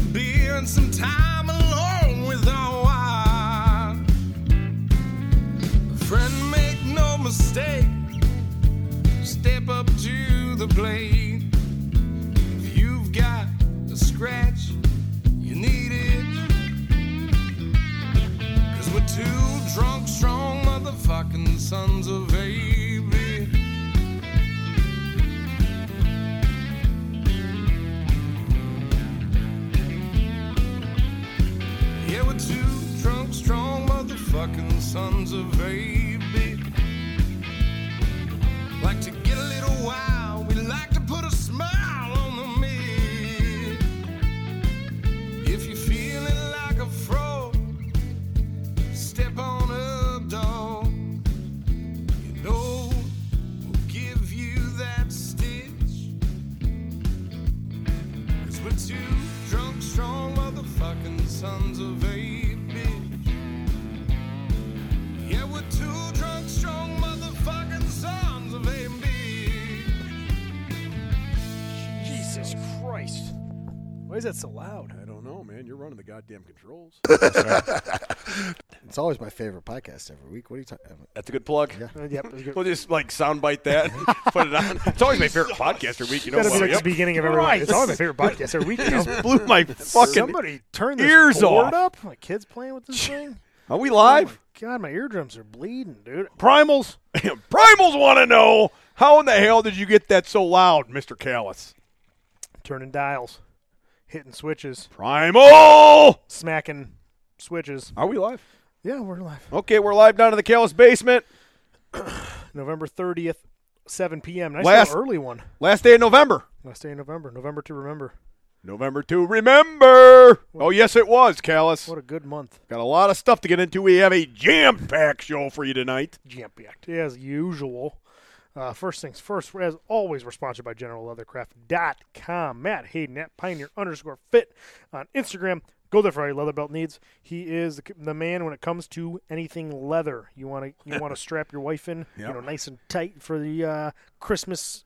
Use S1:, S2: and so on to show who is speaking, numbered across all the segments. S1: spend some time alone with our wine. Friend, make no mistake, step up to the plate. If you've got a scratch, you need it. Cause we're two drunk, strong motherfucking sons of baby. Yeah, we're two drunk, strong motherfucking sons of baby. Like to get a little wild, we like to put a smile on the meal. If you're feeling like a frog, step on up, dog. You know we'll give you that stitch. Cause we're two drunk, strong motherfucking sons of a bitch. Yeah, we're two drunk, strong motherfucking sons of a bitch.
S2: Jesus Christ. Why is that so loud? I don't know, man. You're running the goddamn controls.
S3: It's always my favorite podcast every week. What are you talking about?
S4: That's a good plug.
S2: Uh, yep.
S4: We'll just like soundbite that, put it on. It's always my favorite podcast every week. You know
S2: That'll
S4: why?
S2: be like
S4: Yep.
S2: the beginning of every
S4: Christ.
S2: It's always my favorite podcast every week. You know?
S4: Blew my fucking.
S2: Somebody turn this
S4: ears
S2: board
S4: off.
S2: up. My kid's playing with this thing.
S4: Are we
S2: Oh
S4: live?
S2: my God, my eardrums are bleeding, dude. Primals.
S4: Primals want to know how in the hell did you get that so loud, Mister Callis?
S2: Turning dials, hitting switches,
S4: Primal.
S2: smacking switches.
S4: Are we live?
S2: Yeah, we're live.
S4: Okay, we're live down in the Callis basement.
S2: November 30th, 7 p.m. Nice
S4: Last-
S2: little early one.
S4: Last day of November.
S2: Last day of November. November to remember.
S4: November to remember. Oh yes, it was Callis.
S2: What a good month.
S4: Got a lot of stuff to get into. We have a jam-packed show for you tonight.
S2: jam as usual. Uh, first things first, as always, we're sponsored by GeneralLeathercraft.com. Matt Hayden at Pioneer underscore fit on Instagram. Go there for all your leather belt needs. He is the, the man when it comes to anything leather. You want to you want to strap your wife in, you
S4: Yep.
S2: know, nice and tight for the uh, Christmas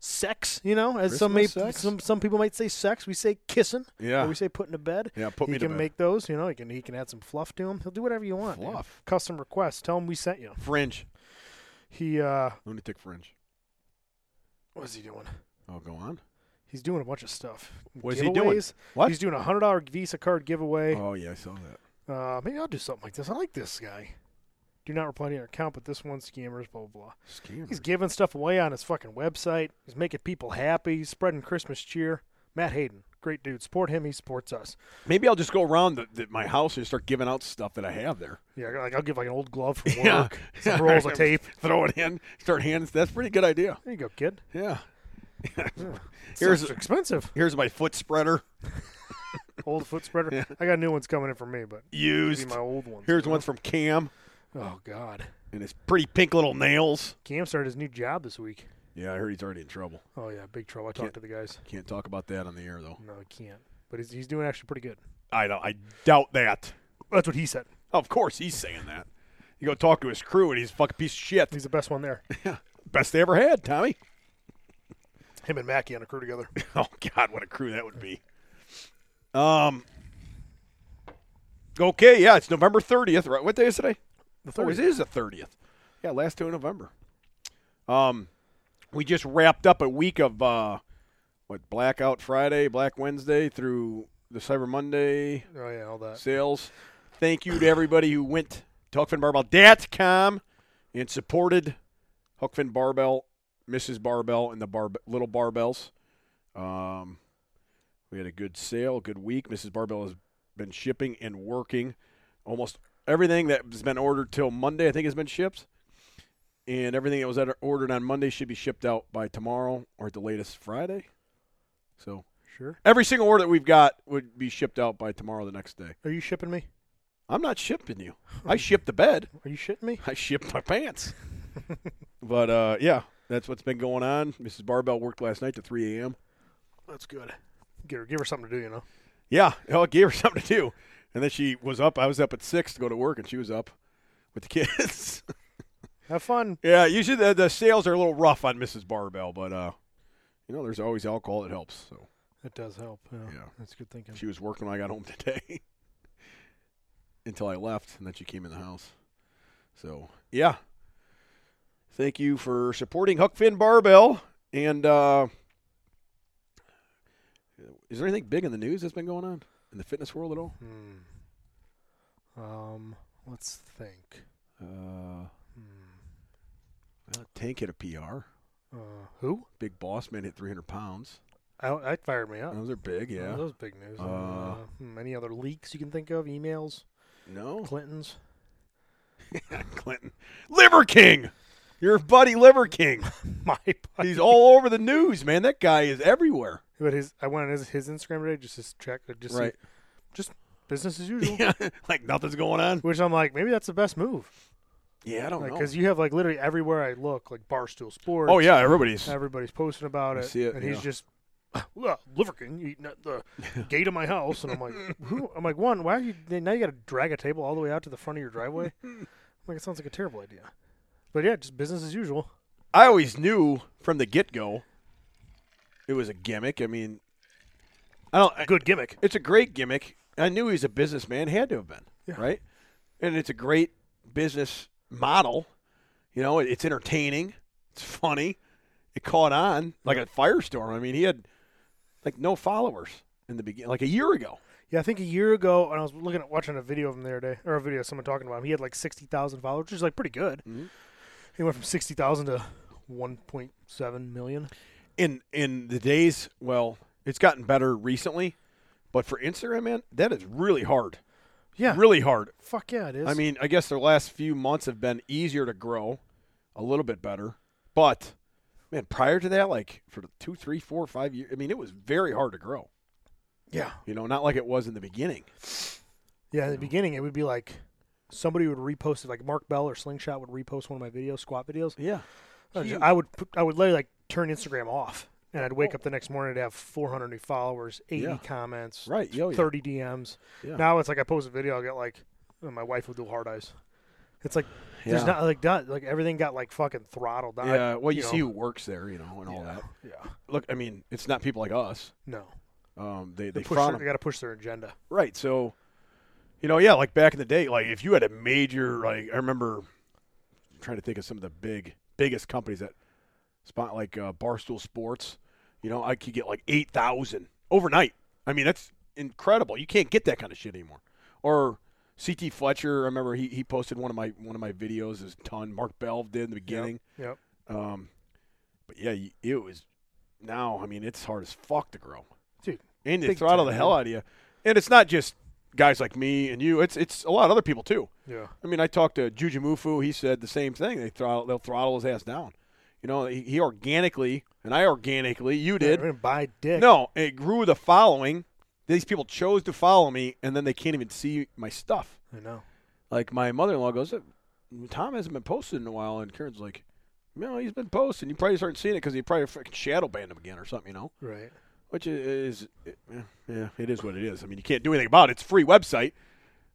S2: sex. You know, as some may,
S4: Christmas sex?
S2: some some people might say sex, we say kissing.
S4: Yeah.
S2: or we say putting to bed.
S4: Yeah, put
S2: he
S4: me to
S2: can
S4: bed.
S2: make those. You know, he can he can add some fluff to them. He'll do whatever you want. dude.
S4: Fluff?
S2: custom requests. Tell him we sent you.
S4: Fringe.
S2: He uh
S4: Lunatic Fringe.
S2: what is he doing?
S4: Oh, go on.
S2: He's doing a bunch of stuff.
S4: What is he doing?
S2: Giveaways.
S4: What?
S2: He's doing a hundred dollar Visa card giveaway.
S4: Oh yeah, I saw that.
S2: Uh, maybe I'll do something like this. I like this guy. Do not reply to your account, but this one scammers, blah blah blah. He's giving stuff away on his fucking website. He's making people happy. He's spreading Christmas cheer. Matt Hayden, great dude. Support him. He supports us.
S4: Maybe I'll just go around the, the, my house and start giving out stuff that I have there.
S2: Yeah, like I'll give like an old glove from work,
S4: Yeah.
S2: some rolls of tape.
S4: Throw it in, start handing. That's a pretty good idea.
S2: There you go, kid.
S4: Yeah.
S2: It's
S4: here's
S2: expensive.
S4: here's my foot spreader
S2: Old foot spreader. I got new ones coming in for me, but these
S4: used.
S2: are my old ones.
S4: Here's one from Cam
S2: Oh God.
S4: and his pretty pink little nails.
S2: Cam started his new job this week.
S4: Yeah, I heard he's already in trouble.
S2: Oh yeah, big trouble. I talked to the guys.
S4: Can't talk about that on the air though.
S2: No, he can't. But he's, he's doing actually pretty good.
S4: I don't. I doubt that.
S2: That's what he said.
S4: Of course, he's saying that. You go talk to his crew and he's a fucking piece of shit.
S2: He's the best one there.
S4: Best they ever had, Tommy.
S2: Him and Mackey on a crew together.
S4: Oh God, what a crew that would be. Um. Okay, yeah, it's November thirtieth, right? What day is today?
S2: The
S4: Oh, it
S2: 30th.
S4: is the thirtieth. Yeah, last two of November. Um, we just wrapped up a week of uh, what Blackout Friday, Black Wednesday through the Cyber Monday
S2: Oh yeah, all that.
S4: sales. Thank you to everybody who went to HuckFinnBarbell.com and supported Huck Finn Barbell, Mrs. Barbell, and the barb- little barbells. Um, we had a good sale, good week. Mrs. Barbell has been shipping and working. Almost everything that has been ordered till Monday, I think, has been shipped. And everything that was at- ordered on Monday should be shipped out by tomorrow or at the latest Friday. So
S2: Sure.
S4: every single order that we've got would be shipped out by tomorrow, the next day.
S2: Are you shipping me?
S4: I'm not shipping you. I ship the bed.
S2: Are you shitting me?
S4: I ship my pants. but uh, yeah, that's what's been going on. Mrs. Barbell worked last night to 3 a.m.
S2: That's good. Give her give her something to do, you know.
S4: Yeah, hell, it gave her something to do. And then she was up. I was up at six to go to work, and she was up with the kids.
S2: Have fun.
S4: yeah, usually the, the sales are a little rough on Mrs. Barbell, but uh, you know, there's always alcohol that helps. So
S2: It does help. Yeah.
S4: Yeah.
S2: That's good thinking.
S4: She was working when I got home today until I left, and then she came in the house. So, yeah. Thank you for supporting Huck Finn Barbell. And uh, is there anything big in the news that's been going on in the fitness world at all?
S2: Hmm. Um, let's think.
S4: Uh,
S2: Hmm.
S4: well, Tank hit a PR.
S2: Uh, who?
S4: Big Boss Man hit 300 pounds.
S2: I, I fired me up.
S4: Those are big, yeah.
S2: Those big news. Uh,
S4: Uh,
S2: hmm, any other leaks you can think of? Emails? Oh.
S4: No,
S2: Clinton's?
S4: Clinton. Liver King! Your buddy Liver King.
S2: My buddy.
S4: He's all over the news, man. That guy is everywhere.
S2: But his, I went on his, his Instagram today just to check. uh, Just see-
S4: Right.
S2: just business as usual.
S4: like nothing's going on.
S2: Which I'm like, maybe that's the best move.
S4: Yeah, I don't know.
S2: Because you have like literally everywhere I look, like Barstool Sports.
S4: Oh yeah, everybody's.
S2: Everybody's posting about
S4: I
S2: it,
S4: see it,
S2: and
S4: yeah.
S2: he's just "Ugh, Liver King eating at the gate of my house, and I'm like, who? I'm like, one, why are you now? You got to drag a table all the way out to the front of your driveway. I'm like, it sounds like a terrible idea. But yeah, just business as usual.
S4: I always knew from the get go, it was a gimmick. I mean, I don't. I-
S2: Good gimmick.
S4: It's a great gimmick. I knew he was a businessman. Had to have been
S2: Yeah.
S4: right, and it's a great business model. You know, it- it's entertaining. It's funny. It caught on like a firestorm. I mean, he had like no followers in the beginning, like a year ago.
S2: Yeah, I think a year ago, and I was looking at watching a video of him the other day, or a video of someone talking about him. He had like sixty thousand followers, which is like pretty good.
S4: Mm-hmm.
S2: He went from sixty thousand to one point seven million.
S4: in in the days well it's gotten better recently but for instagram man that is really hard
S2: Yeah,
S4: really hard
S2: fuck yeah, it is.
S4: i mean i guess their last few months have been easier to grow a little bit better but man prior to that like for the two three four five years i mean it was very hard to grow
S2: yeah,
S4: you know not like it was in the beginning
S2: Yeah, in the beginning, it would be like somebody would repost it, like Mark Bell or Slingshot would repost one of my videos, squat videos.
S4: yeah
S2: I would ju- I would put, I would literally like turn Instagram off, and I'd wake up the next morning to have 400 new followers, 80
S4: Oh. Yeah.
S2: comments,
S4: Right, yo, Oh, yeah.
S2: 30 DMs.
S4: Yeah.
S2: Now it's like I post a video, I get like and my wife will do hard eyes. It's like there's
S4: Yeah.
S2: not like that, like everything got like fucking throttled. I-
S4: yeah well you, see
S2: know,
S4: who works there you know and all that
S2: yeah,
S4: look i mean it's not people like us
S2: no,
S4: um, they,
S2: they,
S4: they
S2: push
S4: frown
S2: their,
S4: them.
S2: they got to push their agenda.
S4: Right. So, you know, yeah, like back in the day, like if you had a major, like I remember I'm trying to think of some of the big, biggest companies that spot like uh, Barstool Sports. You know, I could get like eight thousand overnight. I mean, that's incredible. You can't get that kind of shit anymore. Or CT Fletcher, I remember he, he posted one of my one of my videos his ton. Mark Bell did in the beginning.
S2: Yep.
S4: Um, but yeah, you- it was. Now, I mean, it's hard as fuck to grow
S2: Dude,
S4: and they
S2: Big
S4: throttle
S2: time,
S4: the hell out of you. And it's not just guys like me and you. It's it's a lot of other people too.
S2: yeah,
S4: I mean, I talked to Juju Mufu. He said the same thing. They throttle they'll throttle his ass down. You know, he, he organically and I organically. You
S2: They're
S4: did
S2: gonna buy dick.
S4: no. It grew the following. These people chose to follow me, and then they can't even see my stuff.
S2: I know.
S4: Like my mother-in-law goes, Tom hasn't been posted in a while, and Karen's like, No, he's been posting. You probably started seeing it because he probably fucking shadow banned him again or something. You know
S2: Right.
S4: which i- is it- yeah, yeah, it is what it is. I mean, you can't do anything about it. It's a free website,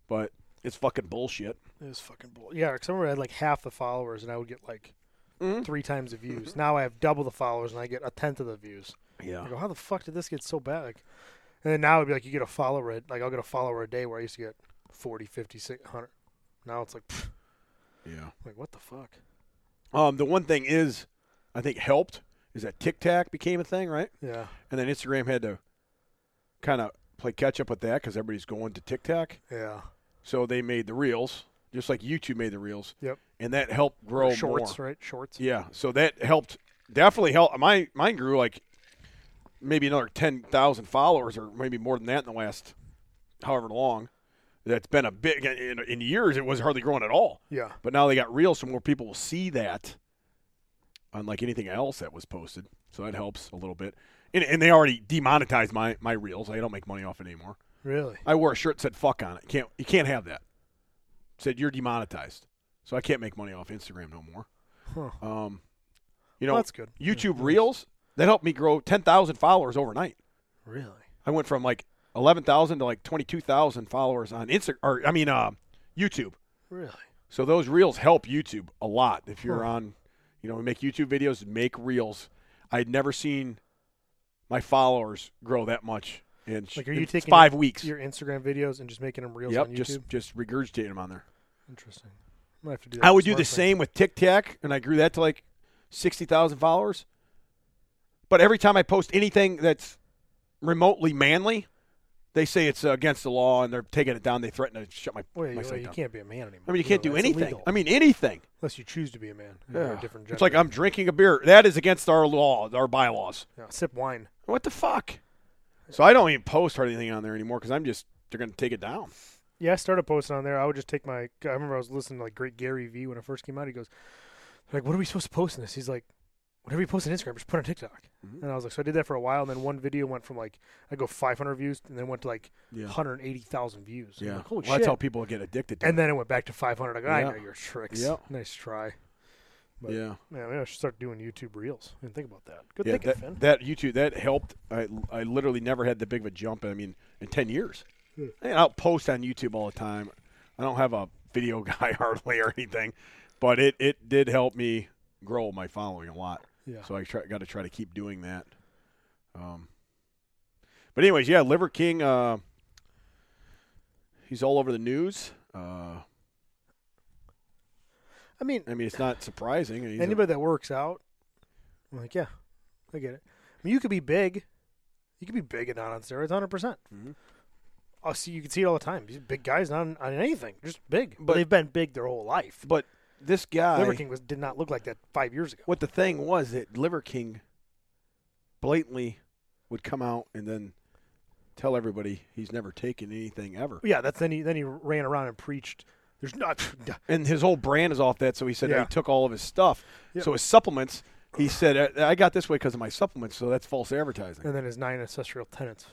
S4: but it's fucking bullshit.
S2: It was fucking bull. Yeah, because I remember I had like half the followers and I would get like
S4: Mhm.
S2: three times the views. Now I have double the followers and I get a tenth of the views. I
S4: Yeah,
S2: go, how the fuck did this get so bad? Like, and then now it'd be like you get a follower, a- like I'll get a follower a day where I used to get 40, 50, 600. Now it's like, pfft,
S4: yeah.
S2: like what the fuck?
S4: Um, the one thing is, I think helped is that TikTok became a thing, right?
S2: Yeah.
S4: And then Instagram had to kind of play catch up with that because everybody's going to TikTok,
S2: Yeah.
S4: so they made the reels, just like YouTube made the reels.
S2: Yep.
S4: And that helped grow more.
S2: Shorts, right? Shorts.
S4: Yeah, so that helped. Definitely helped. My mine grew like maybe another ten thousand followers, or maybe more than that in the last however long. That's been a big in, in years. It was hardly growing at all.
S2: Yeah.
S4: But now they got real, so more people will see that, unlike anything else that was posted. So that helps a little bit. And, and they already demonetized my my reels. I don't make money off it anymore.
S2: Really?
S4: I wore a shirt that said "fuck" on it. Can't you can't have that? said you're demonetized, so I can't make money off Instagram no more.
S2: Huh.
S4: Um, you know,
S2: Well, that's good.
S4: YouTube Reels that helped me grow ten thousand followers overnight.
S2: Really?
S4: I went from like eleven thousand to like twenty two thousand followers on Insta or I mean uh, YouTube.
S2: Really?
S4: So those Reels help YouTube a lot. If you're
S2: Huh.
S4: on, you know, make YouTube videos, make Reels. I'd never seen my followers grow that much. And
S2: Like, are you taking
S4: five weeks?
S2: Your Instagram videos and just making them reels on
S4: Yep,
S2: YouTube.
S4: just just regurgitating them on there.
S2: Interesting. I might have to do. That
S4: I
S2: for
S4: would do
S2: Smart
S4: the
S2: Thing.
S4: same with Tic Tac, and I grew that to like sixty thousand followers. But every time I post anything that's remotely manly, they say it's uh, against the law, and they're taking it down. They threaten to shut my
S2: Well, you,
S4: my
S2: well,
S4: site
S2: you
S4: down.
S2: can't be a man anymore.
S4: I mean, you
S2: No,
S4: can't do
S2: that's
S4: anything.
S2: illegal.
S4: I mean, anything.
S2: unless you choose to be a man. You're a different gender.
S4: It's like I'm drinking a beer. That is against our law, our bylaws.
S2: Yeah, sip wine.
S4: What the fuck? So I don't even post hardly anything on there anymore because I'm just they're going to take it down.
S2: Yeah, I started posting on there. I would just take my. I remember I was listening to like Great Gary Vee when it first came out. He goes, like, what are we supposed to post in this? He's like, whatever you post on Instagram, just put on TikTok.
S4: Mm-hmm.
S2: And I was like, so I did that for a while, and then one video went from like I go 500 views, and then went to like
S4: Yeah.
S2: 180,000 views. I'm like,
S4: well,
S2: holy
S4: that's
S2: shit.
S4: how people get addicted to
S2: and
S4: it.
S2: then it went back to 500. I go, I
S4: Yeah.
S2: know your tricks.
S4: Yeah.
S2: Nice try. but-
S4: yeah.
S2: Man, maybe I should start doing YouTube Reels. I didn't think about that. Good
S4: Yeah,
S2: thinking,
S4: that,
S2: Finn.
S4: that YouTube that helped. I I literally never had that big of a jump. I mean, in ten years,
S2: Hmm.
S4: and I'll post on YouTube all the time. I don't have a video guy hardly or anything, but it it did help me grow my following a lot.
S2: Yeah.
S4: So I try, got to try to keep doing that. Um, but anyways, yeah, Liver King. Uh, he's all over the news. Uh,
S2: I mean,
S4: I mean, it's not surprising. He's a-
S2: anybody that works out, I'm like, yeah, I get it. I mean, you could be big, you could be big and not on steroids, hundred percent.
S4: Mhm.
S2: I see you can see it all the time. These big guys not on, on anything, just big. But
S4: But-
S2: they've been big their whole life.
S4: but this guy,
S2: Liver King was did not look like that five years ago.
S4: what the thing was that Liver King blatantly would come out and then tell everybody he's never taken anything ever.
S2: Yeah, that's then he then he ran around and preached. There's not.
S4: And his whole brand is off that, so he said
S2: Yeah.
S4: he took all of his stuff.
S2: Yep.
S4: So his supplements, he said, I, I got this way because of my supplements, so that's false advertising.
S2: and then his nine ancestral tenants.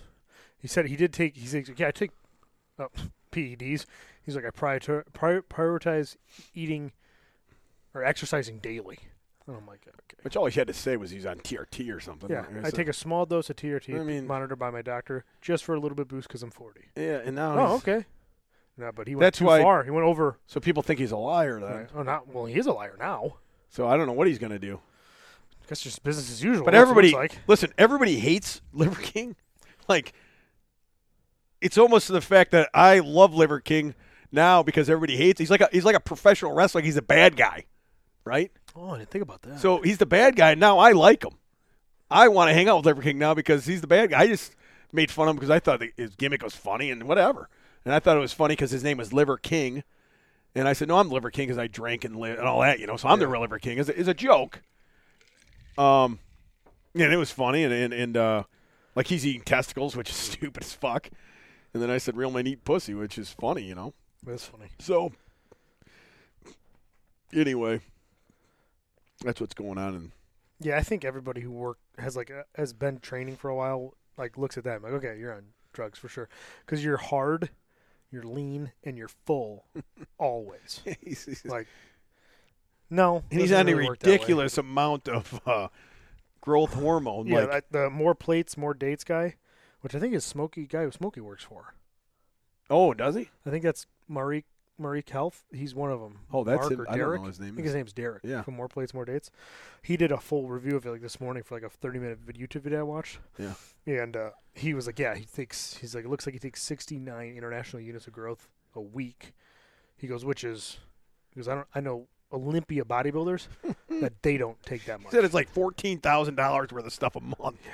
S2: He said he did take. He said, "Yeah, I take uh, PEDs." He's like, "I prioritize, prioritize eating or exercising daily." And I'm like, "Okay."
S4: Which all he had to say was he's on TRT or something.
S2: Yeah,
S4: It's
S2: I take a small dose of TRT
S4: I mean-
S2: monitored by my doctor just for a little bit boost because I'm 40.
S4: yeah, and now
S2: Oh,
S4: he's-
S2: okay. No, but he went
S4: That's
S2: too
S4: why-
S2: far. He went over.
S4: so people think he's a liar. Then.
S2: Oh, not well. He is a liar now.
S4: So I don't know what he's going to do.
S2: I guess just business as usual.
S4: But
S2: that's what
S4: everybody,
S2: it's like
S4: listen, everybody hates Liver King. Like, it's almost to the fact that I love Liver King now because everybody hates. He's like a, he's like a professional wrestler. He's a bad guy, right?
S2: oh, I didn't think about that.
S4: So he's the bad guy. and Now I like him. I want to hang out with Liver King now because he's the bad guy. I just made fun of him because I thought that his gimmick was funny and whatever. And I thought it was funny because his name was Liver King. And I said, no, I'm Liver King because I drank and, li- and all that, you know. So I'm the real Liver King. It's a, it's a joke. Um, and it was funny. And, and, and uh, like he's eating testicles, which is stupid as fuck. And then I said, real men eat pussy, which is funny, you know.
S2: that's funny.
S4: So, anyway, that's what's going on. in
S2: Yeah, I think everybody who work has like uh, has been training for a while like looks at that and like okay, you're on drugs for sure because you're hard, you're lean, and you're full always.
S4: he's, he's-
S2: Like no,
S4: and he's
S2: doesn't
S4: on a
S2: really work that way.
S4: ridiculous amount of uh, growth hormone.
S2: Yeah,
S4: like,
S2: that, the more plates, more dates guy, which I think is Smokey guy who Smokey works for.
S4: oh, does he?
S2: I think that's Marie Marie Health. He's one of them.
S4: Oh, that's
S2: Mark
S4: him.
S2: or
S4: I don't know
S2: Derek.
S4: his name
S2: I think
S4: is.
S2: his name's Derek.
S4: Yeah.
S2: From More Plates, More Dates. He did a full review of it like this morning for like a thirty minute vid- YouTube video I watched.
S4: Yeah.
S2: And uh, he was like, yeah, he takes. He's like, it looks like he takes sixty nine international units of growth a week. He goes, which is, because I don't, I know Olympia bodybuilders that they don't take that
S4: He
S2: much.
S4: said it's like fourteen thousand dollars worth of stuff a month. Yeah,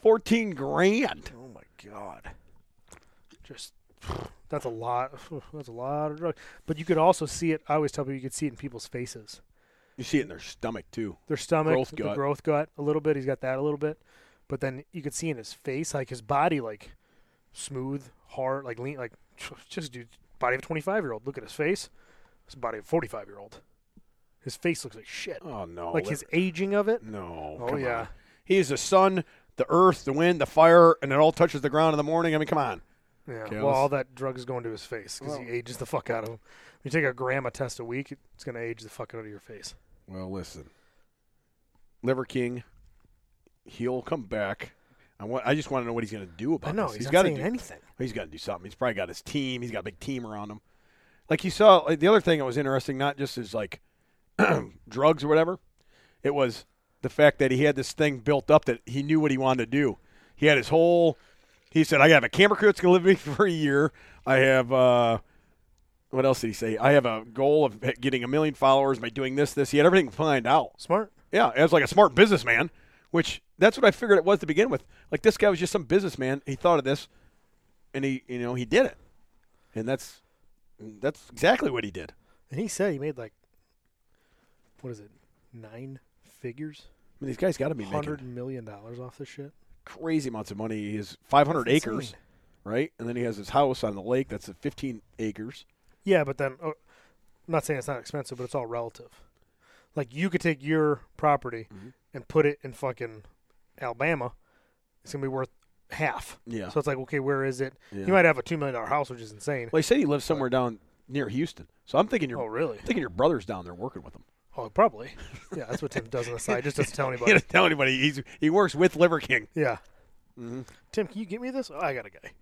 S4: fourteen grand.
S2: Oh my god. Just that's a lot. That's a lot of drugs. But you could also see it. I always tell people you could see it in people's faces,
S4: You see it in their stomach too.
S2: their stomach,
S4: Growth
S2: the
S4: gut.
S2: growth gut a little bit. He's got that a little bit, but then you could see in his face, like his body, like smooth, hard, like lean, like just dude, body of a twenty-five year old. Look at his face. His body of a forty-five year old. His face looks like shit.
S4: Oh no!
S2: like his aging of it.
S4: no.
S2: Oh,
S4: come on.
S2: yeah.
S4: He is the sun, the earth, the wind, the fire, and it all touches the ground in the morning. I mean, come on.
S2: Yeah,
S4: Okay,
S2: well,
S4: let's-
S2: all that drug is going to his face because he ages the fuck out of him. You take a gram a test a week, it's going to age the fuck out of your face.
S4: Well, listen, Liver King, he'll come back. I want. I just want to know what he's going to do about
S2: I know
S4: this.
S2: he's, not
S4: gotta
S2: saying
S4: do-
S2: anything.
S4: He's got to do something. He's probably got his team. He's got a big team around him. Like you saw, like the other thing that was interesting, not just his like drugs or whatever, it was the fact that he had this thing built up that he knew what he wanted to do. He had his whole. He said, "I have a camera crew that's going to live with me for a year. I have uh, what else did he say? I have a goal of getting a million followers by doing this, this. He had everything planned out.
S2: Smart.
S4: Yeah, as like a smart businessman, which that's what I figured it was to begin with. Like this guy was just some businessman. He thought of this, and he you know he did it, and that's that's exactly what he did.
S2: And he said he made like, what is it, nine figures,
S4: I mean, these guys got to be
S2: hundred
S4: making
S2: million dollars off this shit.
S4: crazy amounts of money. He has 500
S2: That's
S4: acres,
S2: insane.
S4: right? And then he has his house on the lake that's at 15 acres.
S2: Yeah, but then oh, I'm not saying it's not expensive, but it's all relative. Like you could take your property and put it in fucking Alabama. It's gonna be worth half.
S4: Yeah.
S2: So it's like, okay, where is it?
S4: Yeah.
S2: You might have a two million dollar house, which is insane.
S4: Well, he said he lives somewhere down near Houston. So I'm thinking your
S2: Oh, really?
S4: I'm thinking your brother's down there working with him.
S2: Oh, probably. Yeah, that's what Tim does on the side. Just doesn't tell
S4: He
S2: anybody.
S4: doesn't tell anybody. He's he works with Liver King.
S2: Yeah.
S4: Mm-hmm.
S2: Tim, can you get me this? Oh, I got a guy.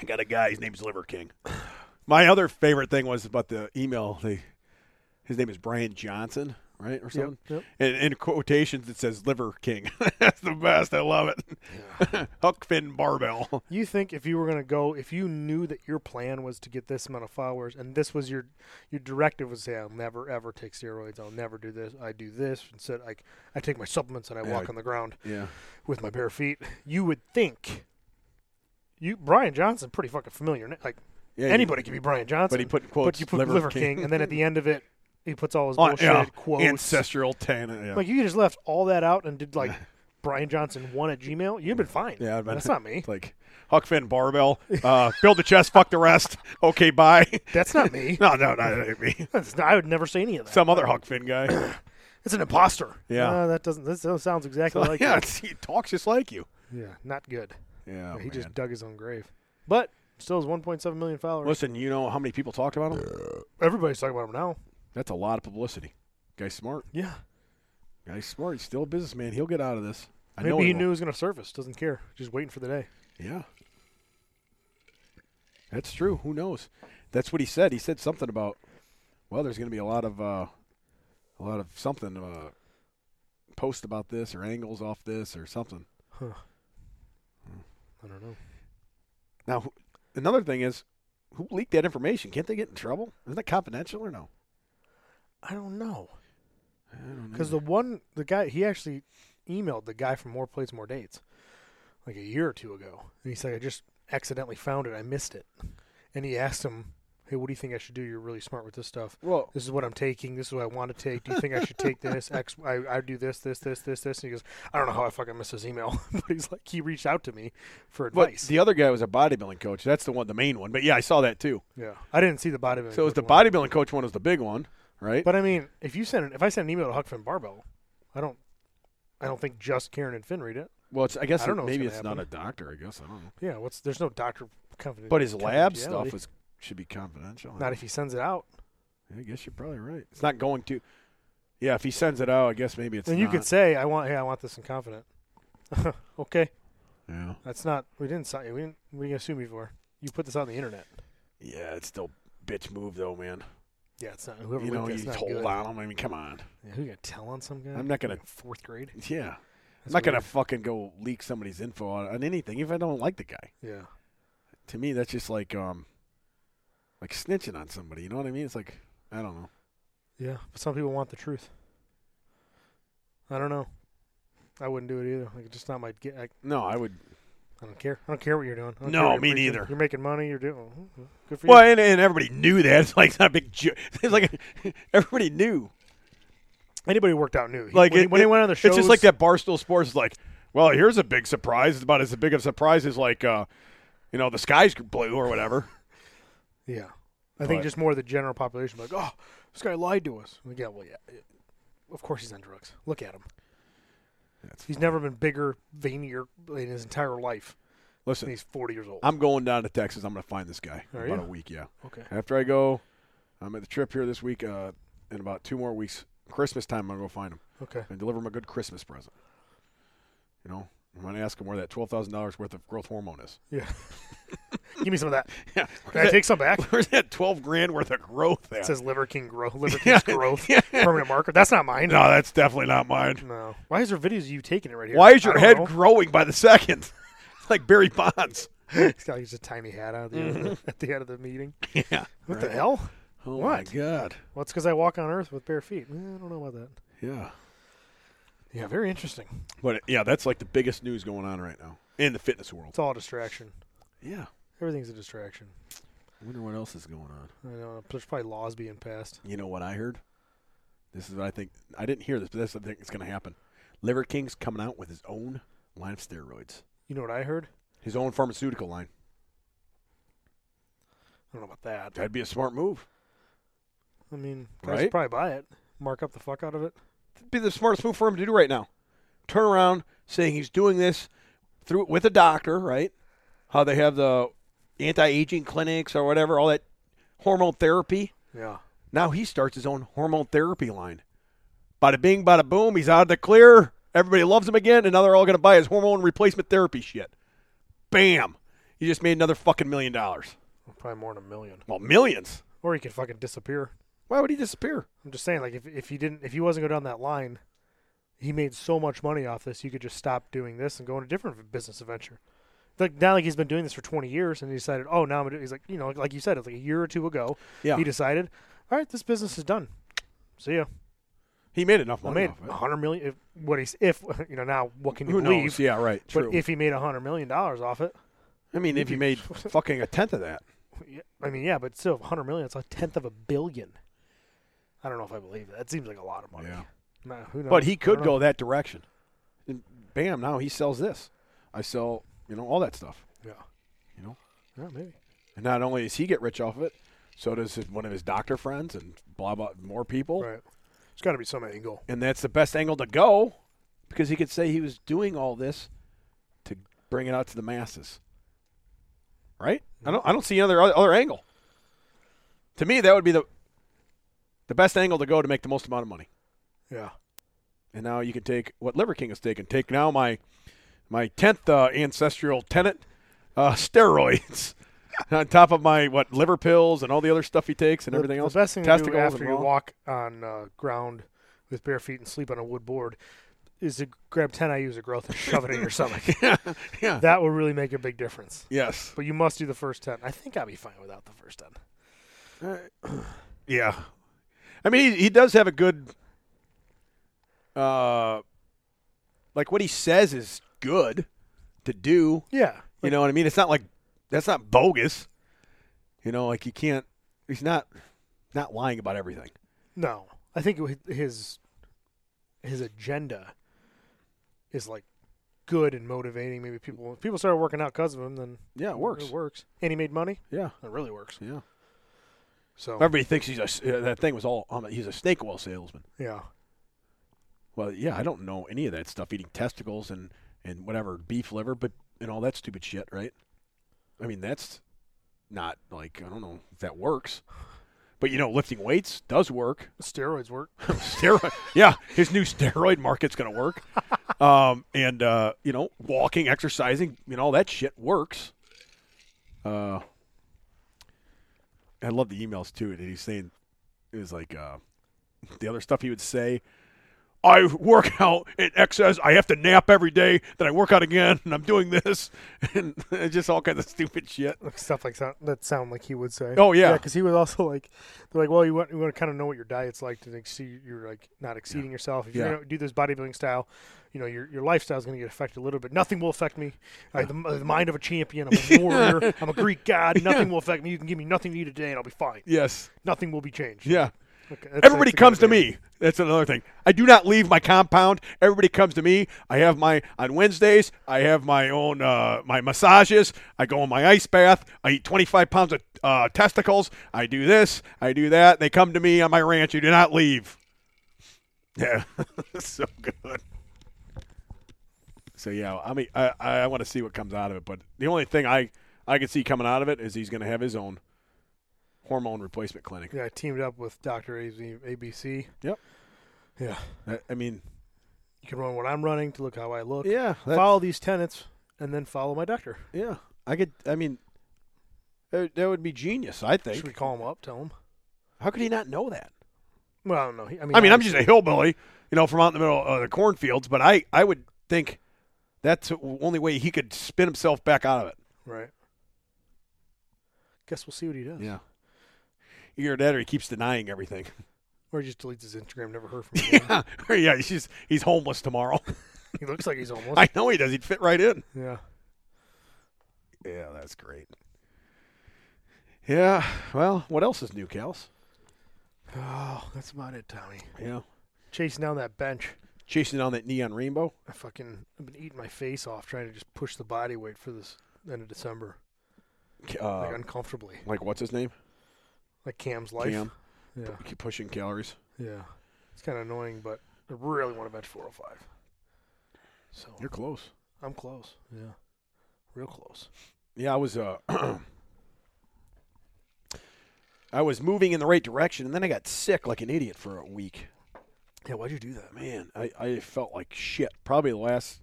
S4: I got a guy. His name's Liver King. My other favorite thing was about the email. They, his name is Brian Johnson, right, or something.
S2: yep.
S4: And in quotations, it says Liver King. That's the best. I love it. Huck Finn Barbell.
S2: You think if you were going to go, if you knew that your plan was to get this amount of followers, and this was your your directive was say, I'll never ever take steroids, I'll never do this, I do this, instead I I take my supplements and I walk
S4: I-
S2: on the ground
S4: Yeah.
S2: with my bare feet. You would think you Brian Johnson pretty fucking familiar, na- like
S4: Yeah, he-
S2: anybody can be Brian Johnson.
S4: but he put in quotes,
S2: but you put
S4: Liver King.
S2: and then at the end of it, he puts all his
S4: On,
S2: bullshit
S4: Uh, yeah.
S2: quotes.
S4: Ancestral Tana. Yeah.
S2: Like you just left all that out and did like Brian Johnson one at Gmail, you'd been fine.
S4: yeah, I've been-
S2: that's not me.
S4: It's like Huck Finn Barbell. Uh, build the chest. Fuck the rest. Okay, bye.
S2: That's not me.
S4: no, no, no, that ain't me.
S2: That's not- I would never say any of that.
S4: Some other Huck Finn guy.
S2: it's an imposter.
S4: Yeah.
S2: No, that doesn't. This sounds exactly like
S4: yeah,
S2: yeah.
S4: it's, he talks just like you.
S2: yeah, not good.
S4: Yeah,
S2: he just
S4: man.
S2: dug his own grave. But still has 1.7 million followers.
S4: Listen, you know how many people talked about him?
S2: Everybody's talking about him now.
S4: That's a lot of publicity. Guy's smart.
S2: Yeah.
S4: Guy's smart. He's still a businessman. He'll get out of this. I know
S2: Maybe he
S4: will.
S2: knew he was going to surface. Doesn't care. Just waiting for the day.
S4: Yeah. That's true. Who knows? That's what he said. He said something about well, there's going to be a lot of uh, a lot of something uh, post about this or angles off this or something.
S2: I don't know.
S4: Now, who- another thing is who leaked that information? Can't they get in trouble? Isn't that confidential or no?
S2: I don't know. Because the one, the guy, he actually emailed the guy from More Plates, More Dates like a year or two ago. And he's like, I just accidentally found it. I missed it. And he asked him, Hey, what do you think I should do? You're really smart with this stuff.
S4: Well-
S2: this is what I'm taking. This is what I want to take. Do you think I should take this? X, I, I do this, this, this, this, this. And he goes, I don't know how I fucking missed his email. but he's like, he reached out to me for
S4: But
S2: advice.
S4: the other guy was a bodybuilding coach. That's the one, the main one. But yeah, I saw that too.
S2: yeah. I didn't see the body of it.
S4: So it was the bodybuilding coach one was the big one, right?
S2: But I mean, if you send an, if I send an email to Huck Finn Barbell, I don't, I don't think just Karen and Finn read it.
S4: well, it's, I guess
S2: I don't
S4: it-
S2: know what's
S4: maybe
S2: gonna
S4: it's not
S2: happen.
S4: a doctor. I guess I don't know.
S2: Yeah, what's there's no doctor confidentiality.
S4: But his lab stuff was should be confidential.
S2: not if he sends it out.
S4: I guess you're probably right. It's not going to. Yeah, if he sends it out, I guess maybe it's.
S2: And you could
S4: not.
S2: say, "I want, hey, I want this in confident." okay,
S4: Yeah.
S2: that's not. We didn't sign. We didn't. We didn't assume before. You put this on the internet.
S4: Yeah, it's still bitch move though, man.
S2: Yeah, it's not. Whoever
S4: you know,
S2: leaked
S4: you
S2: it's not
S4: told
S2: good.
S4: on him. I mean, come on.
S2: Yeah, who you gonna tell on some guy?
S4: I'm not gonna-
S2: In fourth grade.
S4: Yeah. I'm
S2: That's
S4: not gonna
S2: weird.
S4: fucking go leak somebody's info on, on anything, even if I don't like the guy.
S2: Yeah,
S4: To me, that's just like um, like snitching on somebody. You know what I mean? It's like I don't know.
S2: yeah. But some people want the truth. I don't know. I wouldn't do it either. Like, it's just not my. ge- I,
S4: No, I would.
S2: I don't care. I don't care what you're doing. I don't
S4: No,
S2: care what you're
S4: me
S2: preaching.
S4: neither.
S2: You're making money. You're doing mm-hmm, good for you.
S4: Well, and, and everybody knew that. It's like it's not a big. Ju- it's like everybody knew.
S2: Anybody who worked out knew. He-
S4: Like
S2: when,
S4: it-
S2: when
S4: it-
S2: he went on the show,
S4: It's just like that Barstool Sports is like, well, here's a big surprise. It's about as big of a surprise as like, uh, you know, the sky's blue or whatever.
S2: Yeah. I think
S4: But-
S2: just more the general population, like, oh, this guy lied to us. Like, yeah, well, yeah. Of course he's on drugs. Look at him.
S4: That's
S2: he's never been bigger, veinier in his entire life. And
S4: Listen,
S2: he's 40 years old.
S4: I'm going down to Texas. I'm going to find this guy in
S2: Are
S4: about
S2: you?
S4: a week. Yeah.
S2: okay.
S4: After I go, I'm at the trip here this week. Uh, in about two more weeks, Christmas time, I'm going to go find him
S2: Okay.
S4: and deliver him a good Christmas present. You know, I'm going to ask him where that twelve thousand dollars worth of growth hormone is.
S2: Yeah. Give me some of that.
S4: Yeah.
S2: Can I take some back?
S4: Where's that twelve grand worth of growth at?
S2: It says Liver King growth. Liver King's growth.
S4: yeah.
S2: Permanent marker. That's not mine.
S4: no, that's definitely not mine.
S2: No. Why is there videos of you taking it right here?
S4: Why is
S2: I
S4: your
S2: don't
S4: head
S2: know.
S4: growing by the second? It's like Barry Bonds.
S2: He's got just a tiny hat on at the, end of the- at the end of the meeting.
S4: Mm-hmm. Yeah.
S2: What the hell?
S4: Oh
S2: What?
S4: my god.
S2: Well, it's because I walk on Earth with bare feet. Eh, I don't know about that.
S4: Yeah.
S2: Yeah, very interesting.
S4: But it- yeah, that's like the biggest news going on right now in the fitness world.
S2: It's all a distraction.
S4: Yeah.
S2: Everything's a distraction.
S4: I wonder what else is going on.
S2: I know. There's probably laws being passed.
S4: You know what I heard? This is what I think. I didn't hear this, but that's the thing that's going to happen. Liver King's coming out with his own line of steroids,
S2: You know what I heard?
S4: his own pharmaceutical line.
S2: I don't know about that.
S4: That'd be a smart move.
S2: I mean, guys would
S4: Right?
S2: probably buy it, mark up the fuck out of it.
S4: It'd be the smartest move for him to do right now. Turn around saying he's doing this through with a doctor, right? How they have the anti-aging clinics or whatever, all that hormone therapy.
S2: Yeah.
S4: Now he starts his own hormone therapy line. Bada bing, bada boom. He's out of the clear. Everybody loves him again, and now they're all going to buy his hormone replacement therapy shit. Bam! He just made another fucking million dollars.
S2: Probably more than a million.
S4: Well, millions.
S2: Or he could fucking disappear.
S4: Why would he disappear?
S2: I'm just saying, like, if, if he didn't, if he wasn't go down that line, he made so much money off this, you could just stop doing this and go in a different business adventure. Like now, like he's been doing this for 20 years, and he decided, oh, now I'm gonna do. He's like, you know, like, like you said, it's like a year or two ago.
S4: Yeah.
S2: He decided, all right, this business is done. See ya.
S4: He made enough
S2: I
S4: money.
S2: made
S4: off of it.
S2: 100 million. If, what he's if you know now, what oh, can you
S4: Who
S2: believe?
S4: knows? Yeah, right. True.
S2: But if he made 100 million dollars off it,
S4: I mean, if you made fucking a tenth of that,
S2: Yeah, I mean, yeah, but still, 100 million, it's a tenth of a billion. I don't know if I believe that. That seems like a lot of money.
S4: Yeah.
S2: Nah, who knows?
S4: but he
S2: I
S4: could
S2: don't
S4: go
S2: know.
S4: that direction. And bam! Now he sells this. I sell, you know, all that stuff.
S2: Yeah.
S4: You know?
S2: Yeah, maybe.
S4: And not only does he get rich off of it, so does his, one of his doctor friends and blah blah more people.
S2: Right. There's got to be some angle.
S4: And that's the best angle to go because he could say he was doing all this to bring it out to the masses. Right? I don't I don't see another other angle. To me that would be the the best angle to go to make the most amount of money.
S2: Yeah.
S4: And now you can take what Liver King has taken. Take now my my tenth uh, ancestral tenant uh, steroids on top of my what liver pills and all the other stuff he takes and
S2: The-
S4: everything else.
S2: The best thing to do
S4: Testicles
S2: after
S4: and
S2: you
S4: raw.
S2: walk on uh, ground with bare feet and sleep on a wood board is to grab 10 IUs of growth and shove it in your stomach.
S4: yeah, yeah.
S2: That will really make a big difference.
S4: yes,
S2: But you must do the first 10. I think I'll be fine without the first 10.
S4: yeah. I mean, he, he does have a good, uh, like what he says is good to do.
S2: Yeah.
S4: You know what I mean? It's not like that's not bogus. You know, like you can't. He's not not lying about everything.
S2: No, I think it- his his agenda is like good and motivating. Maybe people if people started working out because of him. Then
S4: Yeah, it works.
S2: It works, and he made money.
S4: Yeah,
S2: It really works.
S4: yeah.
S2: So
S4: Everybody thinks he's a s- uh, that thing was all um, he's a snake oil salesman.
S2: yeah,
S4: Well, yeah, I don't know any of that stuff. Eating testicles and and whatever beef liver, but and all that stupid shit, right? I mean, that's not like I don't know if that works. But you know, lifting weights does work.
S2: steroids work.
S4: steroid, yeah, his new steroid market's gonna work. Um, and uh, you know, walking, exercising, you know, all that shit works. Uh, I love the emails too. And he's saying it was like uh, the other stuff he would say. I work out in excess. I have to nap every day. Then I work out again, and I'm doing this, and just all kinds of stupid shit.
S2: Like, Stuff like that that sound like he would say.
S4: Oh, yeah.
S2: because he was also like, they're like, well, you want you want to kind of know what your diet's like to like, see you're like not exceeding yourself. If
S4: Yeah.
S2: you're gonna do this bodybuilding style, you know your your lifestyle's gonna get affected a little bit. Nothing will affect me. I have the, the mind of a champion. I'm a warrior. I'm a Greek god. Nothing will affect me. You can give me nothing to eat today, and I'll be fine.
S4: Yes.
S2: Nothing will be changed.
S4: Yeah.
S2: Okay, that's-
S4: Everybody
S2: that's the kind
S4: comes
S2: of
S4: to
S2: thing.
S4: me. That's another thing. I do not leave my compound. Everybody comes to me. I have my on Wednesdays. I have my own uh, my massages. I go on my ice bath. I eat 25 pounds of uh, testicles. I do this. I do that. They come to me on my ranch. You do not leave. Yeah, so good. So yeah, I mean, I I want to see what comes out of it, but the only thing I I can see coming out of it is he's going to have his own hormone replacement clinic.
S2: Yeah, I teamed up with Doctor ABC.
S4: Yep.
S2: Yeah,
S4: I, I mean,
S2: you can run what I'm running to look how I look.
S4: yeah,
S2: follow these tenets, and then follow my doctor.
S4: Yeah, I could. I mean, That, that would be genius, I think.
S2: Should we call him up? Tell him.
S4: How could he not know that?
S2: Well, I don't know. He- I mean,
S4: I mean, I'm
S2: obviously-
S4: just a hillbilly, you know, from out in the middle of the cornfields. But I, I would think that's the only way he could spin himself back out of it.
S2: right. Guess we'll see what he does.
S4: Either that, or he keeps denying everything.
S2: Or he just deletes his Instagram. Never heard from him. again.
S4: yeah, yeah. He's just, he's homeless tomorrow.
S2: He looks like he's almost.
S4: I know he does. He'd fit right in.
S2: yeah.
S4: Yeah, that's great. Yeah. Well, what else is new, Kels?
S2: Oh, that's about it, Tommy.
S4: Yeah.
S2: Chasing down that bench.
S4: Chasing down that neon rainbow.
S2: I fucking I've been eating my face off trying to just push the body weight for this end of December,
S4: Uh,
S2: like uncomfortably,
S4: like what's his name?
S2: like Cam's life.
S4: Cam.
S2: Yeah,
S4: Keep pushing calories.
S2: yeah. It's kind of annoying, but I really want to bench 405. So
S4: You're close.
S2: I'm close. Yeah, real close.
S4: Yeah, I was. Uh, I was moving in the right direction, and then I got sick like an idiot for a week.
S2: Yeah, why'd you do that?
S4: Man, I, I felt like shit. Probably the last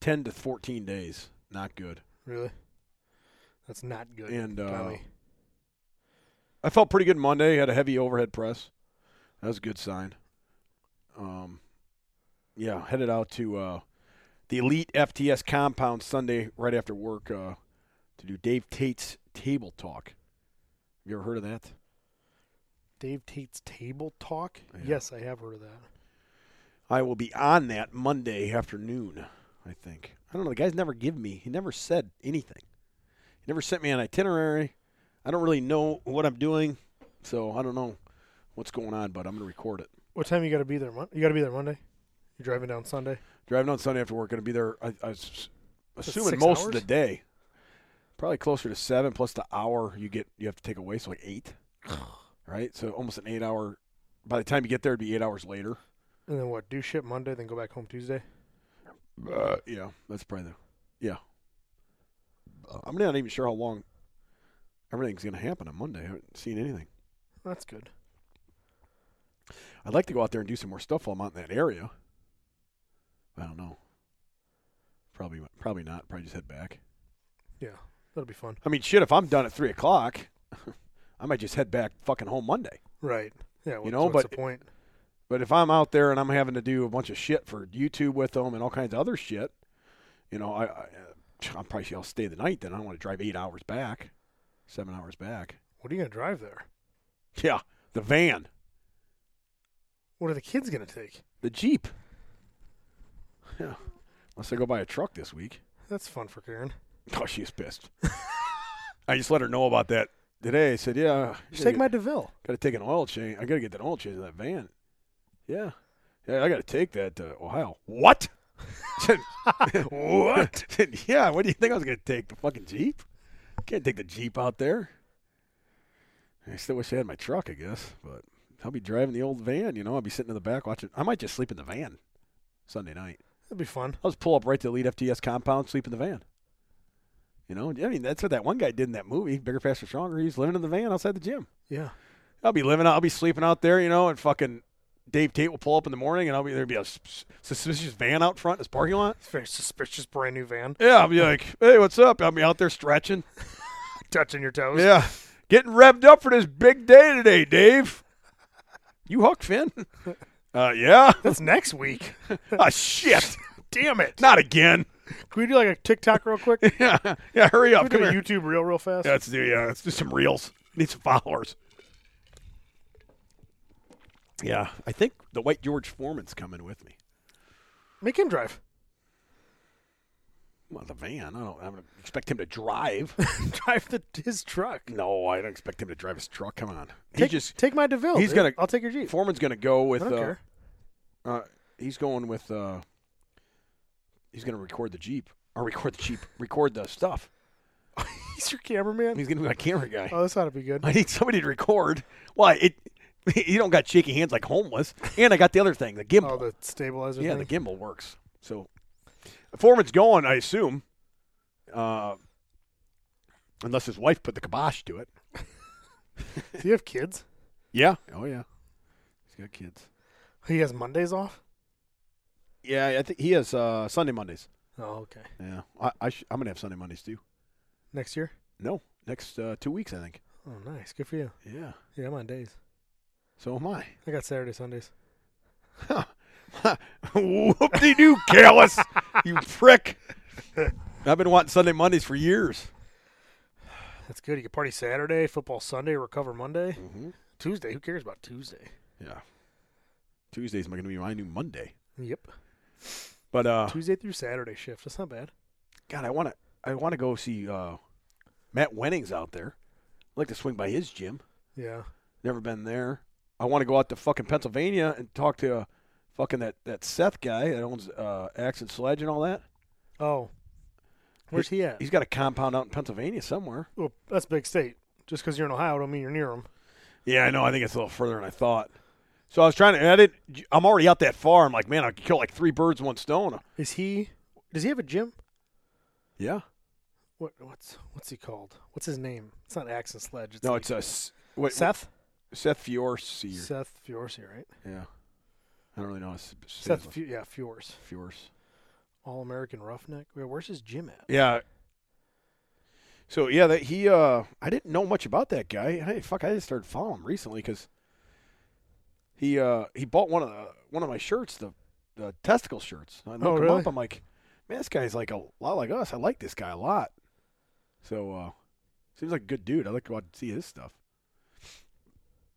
S4: ten to fourteen days. Not good.
S2: Really? That's not good.
S4: And, uh,
S2: Tommy.
S4: I felt pretty good Monday. Had a heavy overhead press. That was a good sign. Um, yeah, headed out to uh, the Elite FTS compound Sunday right after work uh, to do Dave Tate's table talk. Have you ever heard of that?
S2: Dave Tate's table talk.
S4: Yeah.
S2: Yes, I have heard of that.
S4: I will be on that Monday afternoon. I think. I don't know. The guy's never give me. He never said anything. He never sent me an itinerary. I don't really know what I'm doing, so I don't know what's going on. But I'm gonna record it.
S2: What time you got to be there? Mon- You got to be there Monday. You're driving down Sunday.
S4: Driving on Sunday after work, going to be there. I, I was assuming
S2: six
S4: most of
S2: hours?
S4: the day, probably closer to seven plus the hour you get. You have to take away, so like eight, right? So almost an eight-hour. By the time you get there, it'd be eight hours later.
S2: And then what? Do shit Monday, then go back home Tuesday.
S4: Uh, yeah, that's probably the. Yeah, I'm not even sure how long everything's going to happen on Monday. I haven't seen anything.
S2: That's good.
S4: I'd like to go out there and do some more stuff while I'm out in that area. I don't know. Probably, probably not. Probably just head back.
S2: That'll be fun.
S4: I mean, shit, if I'm done at three o'clock, I might just head back fucking home Monday.
S2: Right. Yeah. What's,
S4: know,
S2: what's
S4: but-
S2: the point?
S4: But if I'm out there and I'm having to do a bunch of shit for YouTube with them and all kinds of other shit, you know, I, I I'm probably I'll stay the night. Then I don't want to drive eight hours back, seven hours back.
S2: What are you gonna drive there?
S4: Yeah, the van,
S2: What are the kids gonna take?
S4: the jeep. Yeah, unless I go buy a truck this week.
S2: That's fun for Karen.
S4: Oh, she's pissed. I just let her know about that today. I said, "Yeah,
S2: Just take my Deville.
S4: Got to take an oil change. I got to get that oil change in that van. Yeah. Yeah, I got to take that to Ohio. What? what? yeah, what do you think I was going to take? The fucking Jeep? Can't take the Jeep out there. I still wish I had my truck, I guess, but I'll be driving the old van, you know. I'll be sitting in the back watching. I might just sleep in the van Sunday night.
S2: That'd be fun.
S4: I'll just pull up right to the Elite FTS compound, sleep in the van. You know, I mean, that's what that one guy did in that movie, Bigger, Faster, Stronger. He's living in the van outside the gym.
S2: Yeah.
S4: I'll be living out. I'll be sleeping out there, you know, and fucking Dave Tate will pull up in the morning, and I'll be there'll be a sus- suspicious van out front in his parking lot.
S2: It's very suspicious brand new van.
S4: Yeah, I'll be like, hey, what's up? I'll be out there stretching.
S2: Touching your toes.
S4: Yeah, getting revved up for this big day today, Dave. You hooked, Finn? Uh, yeah.
S2: That's next week.
S4: Ah, shit.
S2: Damn it.
S4: Not again.
S2: Can we do like a TikTok real quick? Can
S4: Yeah, yeah. Hurry
S2: we
S4: up.
S2: do
S4: Come
S2: a
S4: here.
S2: YouTube reel real fast?
S4: Yeah, let's do. Yeah, let's do some reels. Need some followers. Yeah, I think the white George Foreman's coming with me.
S2: Make him drive.
S4: Well, the van. I don't. I don't expect him to drive.
S2: drive the, his truck.
S4: no, I don't expect him to drive his truck. Come on. He
S2: Take,
S4: just
S2: take my Deville.
S4: he's
S2: dude.
S4: gonna-
S2: I'll take your Jeep.
S4: Foreman's going to go with.
S2: I don't
S4: Uh,
S2: care.
S4: uh, he's going with. Uh, he's going to record the jeep or record the jeep, record the stuff.
S2: He's your cameraman.
S4: He's going to be my camera guy.
S2: Oh, this ought to be good.
S4: I need somebody to record. Why it? You don't got shaky hands like homeless. And I got the other thing, the gimbal.
S2: Oh, the stabilizer.
S4: Yeah, the
S2: thing.
S4: gimbal works. So Foreman's going, I assume. Uh, unless his wife put the kibosh to it.
S2: Do you have kids?
S4: Yeah. Oh yeah. He's got kids.
S2: He has Mondays off.
S4: Yeah, I think he has uh, Sunday Mondays.
S2: Oh, okay.
S4: Yeah, I, I sh- I'm gonna have Sunday Mondays too.
S2: Next year.
S4: No, next uh, two weeks, I think.
S2: Oh, nice. Good for you.
S4: Yeah.
S2: Yeah, I'm on days.
S4: So am I.
S2: I got Saturday, Sundays.
S4: Whoop de doo, callous, you prick. I've been wanting Sunday Mondays for years.
S2: That's good. You can party Saturday, football Sunday, recover Monday.
S4: Mm-hmm.
S2: Tuesday, who cares about Tuesday?
S4: Yeah. Tuesday's going to be my new Monday.
S2: Yep.
S4: But uh,
S2: Tuesday through Saturday shift. That's not bad.
S4: God, I want to I want to go see uh, Matt Wenning's out there. I'd like to swing by his gym.
S2: Yeah.
S4: Never been there. I want to go out to fucking Pennsylvania and talk to uh, fucking that, that Seth guy that owns uh, Axe and Sledge and all that.
S2: Oh. Where's he at?
S4: He's got a compound out in Pennsylvania somewhere.
S2: Well, that's big state. Just because you're in Ohio don't mean you're near him.
S4: Yeah, I know. I think it's a little further than I thought. So I was trying to. I didn't. I'm already out that far. I'm like, man, I could kill like three birds with one stone.
S2: Is he? Does he have a gym?
S4: Yeah.
S2: What what's what's he called? What's his name? It's not Axe and Sledge. It's
S4: No,
S2: like
S4: it's uh, a S- what,
S2: Seth.
S4: Seth Fior. Sear.
S2: Seth Fiorsi, right?
S4: Yeah. I don't really know. It's
S2: Seth, Fu- yeah, Fiors,
S4: Fiors.
S2: All American Roughneck. Wait, where's his gym at?
S4: Yeah. So yeah, that he. uh I didn't know much about that guy. Hey, fuck! I just started following him recently because he uh he bought one of the one of my shirts, the the testicle shirts. I looked
S2: Oh,
S4: him
S2: really?
S4: up. I'm like, man, this guy's like a lot like us. I like this guy a lot. So uh seems like a good dude. I'd like to go out and see his stuff.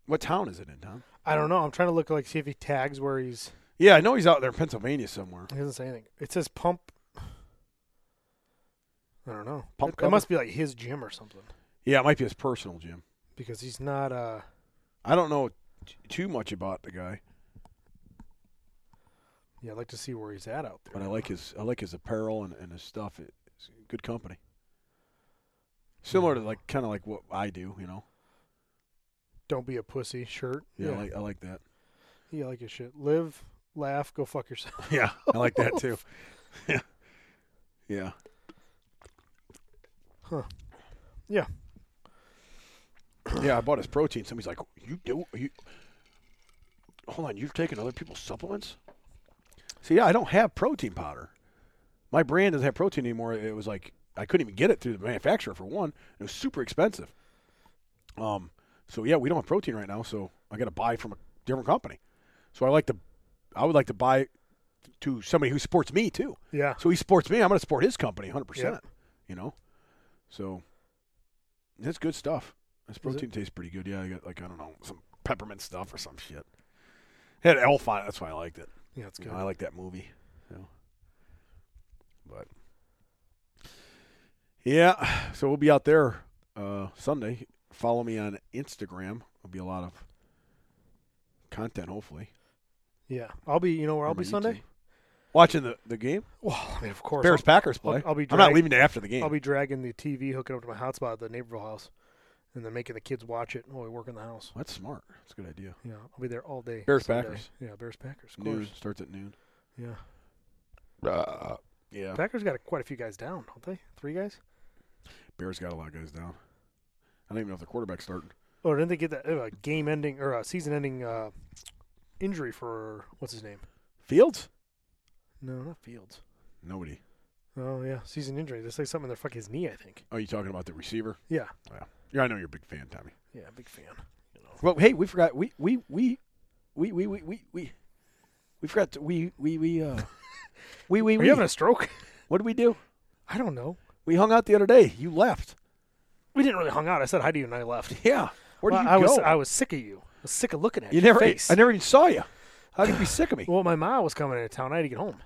S4: What town is it in, Tom?
S2: I don't know. I'm trying to look like see if he tags where he's.
S4: Yeah, I know he's out there in Pennsylvania somewhere.
S2: He doesn't say anything. It says pump. I don't know.
S4: Pump
S2: It- It,
S4: cover?
S2: must be like his gym or something
S4: Yeah, it might be his personal gym.
S2: because he's not. Uh,
S4: I don't know t- too much about the guy.
S2: yeah, I'd like to see where he's at out there.
S4: But I like his I like his apparel and, and his stuff. It- It's good company. Similar to like kind of like what I do, you know.
S2: Don't be a pussy shirt.
S4: Yeah, I like I like that.
S2: yeah, I like his shit. Live, laugh, go fuck yourself.
S4: Yeah, I like that too. yeah, yeah.
S2: Huh. Yeah.
S4: Yeah, I bought his protein. Somebody's like, "You do you?" Hold on, you've taken other people's supplements. See, yeah, I don't have protein powder. My brand doesn't have protein anymore. It was like I couldn't even get it through the manufacturer for one. It was super expensive. Um, so yeah, we don't have protein right now, so I got to buy from a different company. So I like to, I would like to buy to somebody who supports me too.
S2: Yeah.
S4: So he supports me. I'm going to support his company 100%.
S2: Yep.
S4: You know? So that's good stuff. This protein tastes pretty good. Yeah, I got, like, I don't know, some peppermint stuff or some shit. It had elf on it. That's why I liked it.
S2: Yeah, it's
S4: You
S2: good.
S4: know, I like that movie. So. But. Yeah. So we'll be out there uh, Sunday. Follow me on Instagram. There'll be a lot of content, hopefully.
S2: yeah, I'll be. You know where I'll
S4: on my
S2: be Sunday?
S4: YouTube. Watching the, the game?
S2: Well, I mean, of course.
S4: E Bears
S2: I'll-
S4: Packers play.
S2: I'll- I'll be
S4: I'm not
S2: drag-
S4: leaving it after the game.
S2: I'll be dragging the TV, hooking up to my hotspot at the neighborville house, and then making the kids watch it while we work in the house.
S4: That's smart. That's a good idea.
S2: Yeah, I'll be there all day.
S4: Bears,
S2: Sunday.
S4: Packers.
S2: Yeah, Bears Packers. Of
S4: Noon
S2: course.
S4: starts at noon.
S2: Yeah,
S4: yeah.
S2: Packers got quite a few guys down, don't they? Three guys.
S4: Bears got a lot of guys down. I don't even know if the quarterback's starting.
S2: Oh, didn't they get that uh, game-ending or uh, season-ending uh, injury for what's his name?
S4: Fields?
S2: No, not Fields.
S4: Nobody.
S2: Oh yeah, season injury. They say something in their fucking his knee, I think.
S4: Oh, you talking about the receiver?
S2: Yeah,
S4: Yeah, I know you're a big fan, Tommy.
S2: yeah, big fan. You know.
S4: Well, hey, we forgot. We we we we we we we we, we forgot. To, we we we uh. we we
S2: Are
S4: we.
S2: you having a stroke?
S4: what did we do?
S2: I don't know.
S4: We hung out the other day. You left.
S2: We didn't really hung out. I said hi to you and I left.
S4: Yeah. Where
S2: Well,
S4: did you
S2: I
S4: go?
S2: was I was sick of you. I was sick of looking at
S4: you
S2: your
S4: never.
S2: face.
S4: I never even saw you. How could you be sick of me?
S2: Well, my mom was coming into town. I had to get home.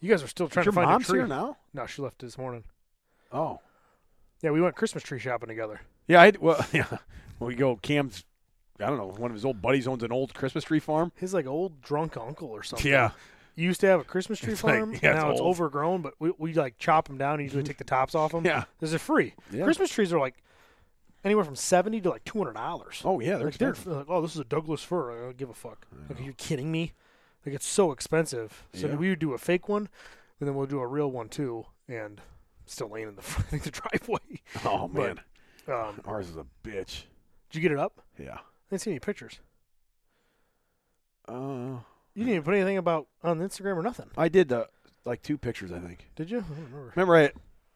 S2: You guys were still trying
S4: your
S2: to find
S4: mom's
S2: a tree.
S4: here now.
S2: No, she left this morning.
S4: Oh.
S2: Yeah, we went Christmas tree shopping together.
S4: Yeah, I well, yeah. Well, we go Cam's. I don't know. One of his old buddies owns an old Christmas tree farm.
S2: His like old drunk uncle or something.
S4: Yeah,
S2: You used to have a Christmas tree
S4: It's like-
S2: farm.
S4: yeah, it's
S2: now it's Mm-hmm.
S4: old.
S2: overgrown, but we, we like chop them down and usually take the tops off them.
S4: yeah.
S2: Those are free.
S4: Yeah.
S2: Christmas trees are like anywhere from 70 to like $200.
S4: Oh yeah, they're
S2: like, they're
S4: expensive.
S2: they're like, oh, this is a Douglas fir. I don't give a fuck. Like, are you kidding me? Like, it's so expensive. So
S4: Yeah.
S2: we would do a fake one, and then we'll do a real one too, and still laying in the I think the driveway.
S4: Oh man,
S2: Um,
S4: ours is a bitch.
S2: did you get it up?
S4: Yeah.
S2: I didn't see any pictures.
S4: Uh,
S2: You didn't even put anything about on Instagram or nothing,
S4: I did the like two pictures. I think.
S2: did you? I don't remember.
S4: Remember, I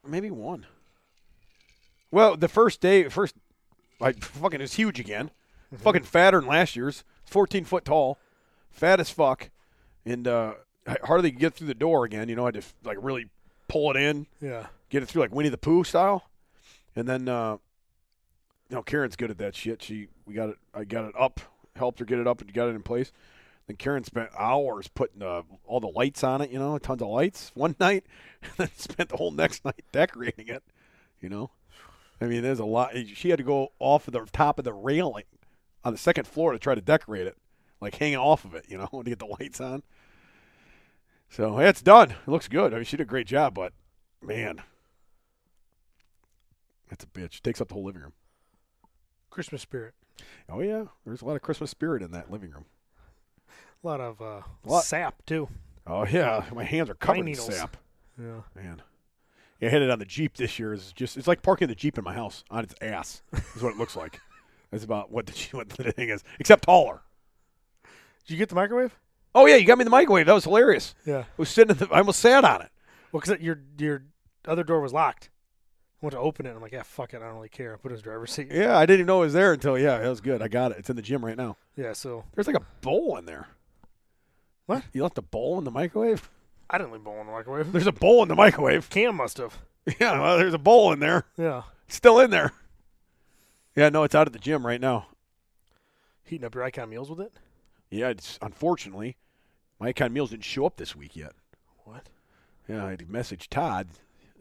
S4: maybe one. Well, the first day, first, like, fucking is huge again. Fucking fatter than last year's. 14 foot tall, fat as fuck, and uh, I hardly could get through the door again. You know, I had to, like, really pull it in,
S2: Yeah.
S4: get it through, like, Winnie the Pooh style. And then, uh, you know, Karen's good at that shit. She, we got it, I got it up, helped her get it up and got it in place. Then Karen spent hours putting uh, all the lights on it, you know, tons of lights one night, and then spent the whole next night decorating it, you know. I mean, there's a lot. She had to go off of the top of the railing on the second floor to try to decorate it, like hanging off of it, you know, to get the lights on. So it's done. It looks good. I mean, she did a great job, but man, that's a bitch. Takes up the whole living room.
S2: Christmas spirit.
S4: Oh yeah, there's a lot of Christmas spirit in that living room.
S2: A lot of uh,
S4: Lot.
S2: sap too.
S4: Oh yeah, my hands are
S2: Pine
S4: covered in
S2: needles.
S4: sap.
S2: Yeah.
S4: Man, yeah, I hit it on the Jeep this year. It's just it's like parking the Jeep in my house on its ass. Is what it looks like. That's about what the what the thing is, except taller.
S2: Did you get the microwave?
S4: Oh yeah, you got me the microwave. That was hilarious.
S2: Yeah.
S4: I was sitting. At the, I almost sat on it.
S2: Well, because your your other door was locked. I went to open it. and I'm like, yeah, fuck it. I don't really care. I put it in his driver's seat. Yeah.
S4: Yeah, I didn't even know it was there until yeah, that was good. I got it. It's in the gym right now.
S2: so
S4: There's like a bowl in there.
S2: What?
S4: You left a bowl in the microwave?
S2: I didn't leave bowl in the microwave.
S4: There's a bowl in the microwave.
S2: Cam must have.
S4: Yeah, well, there's a bowl in there.
S2: Yeah.
S4: It's still in there. Yeah, no, it's out at the gym right now.
S2: Heating up your icon meals with it.
S4: Yeah, it's unfortunately my icon meals didn't show up this week yet.
S2: What?
S4: Yeah, I had to message Todd.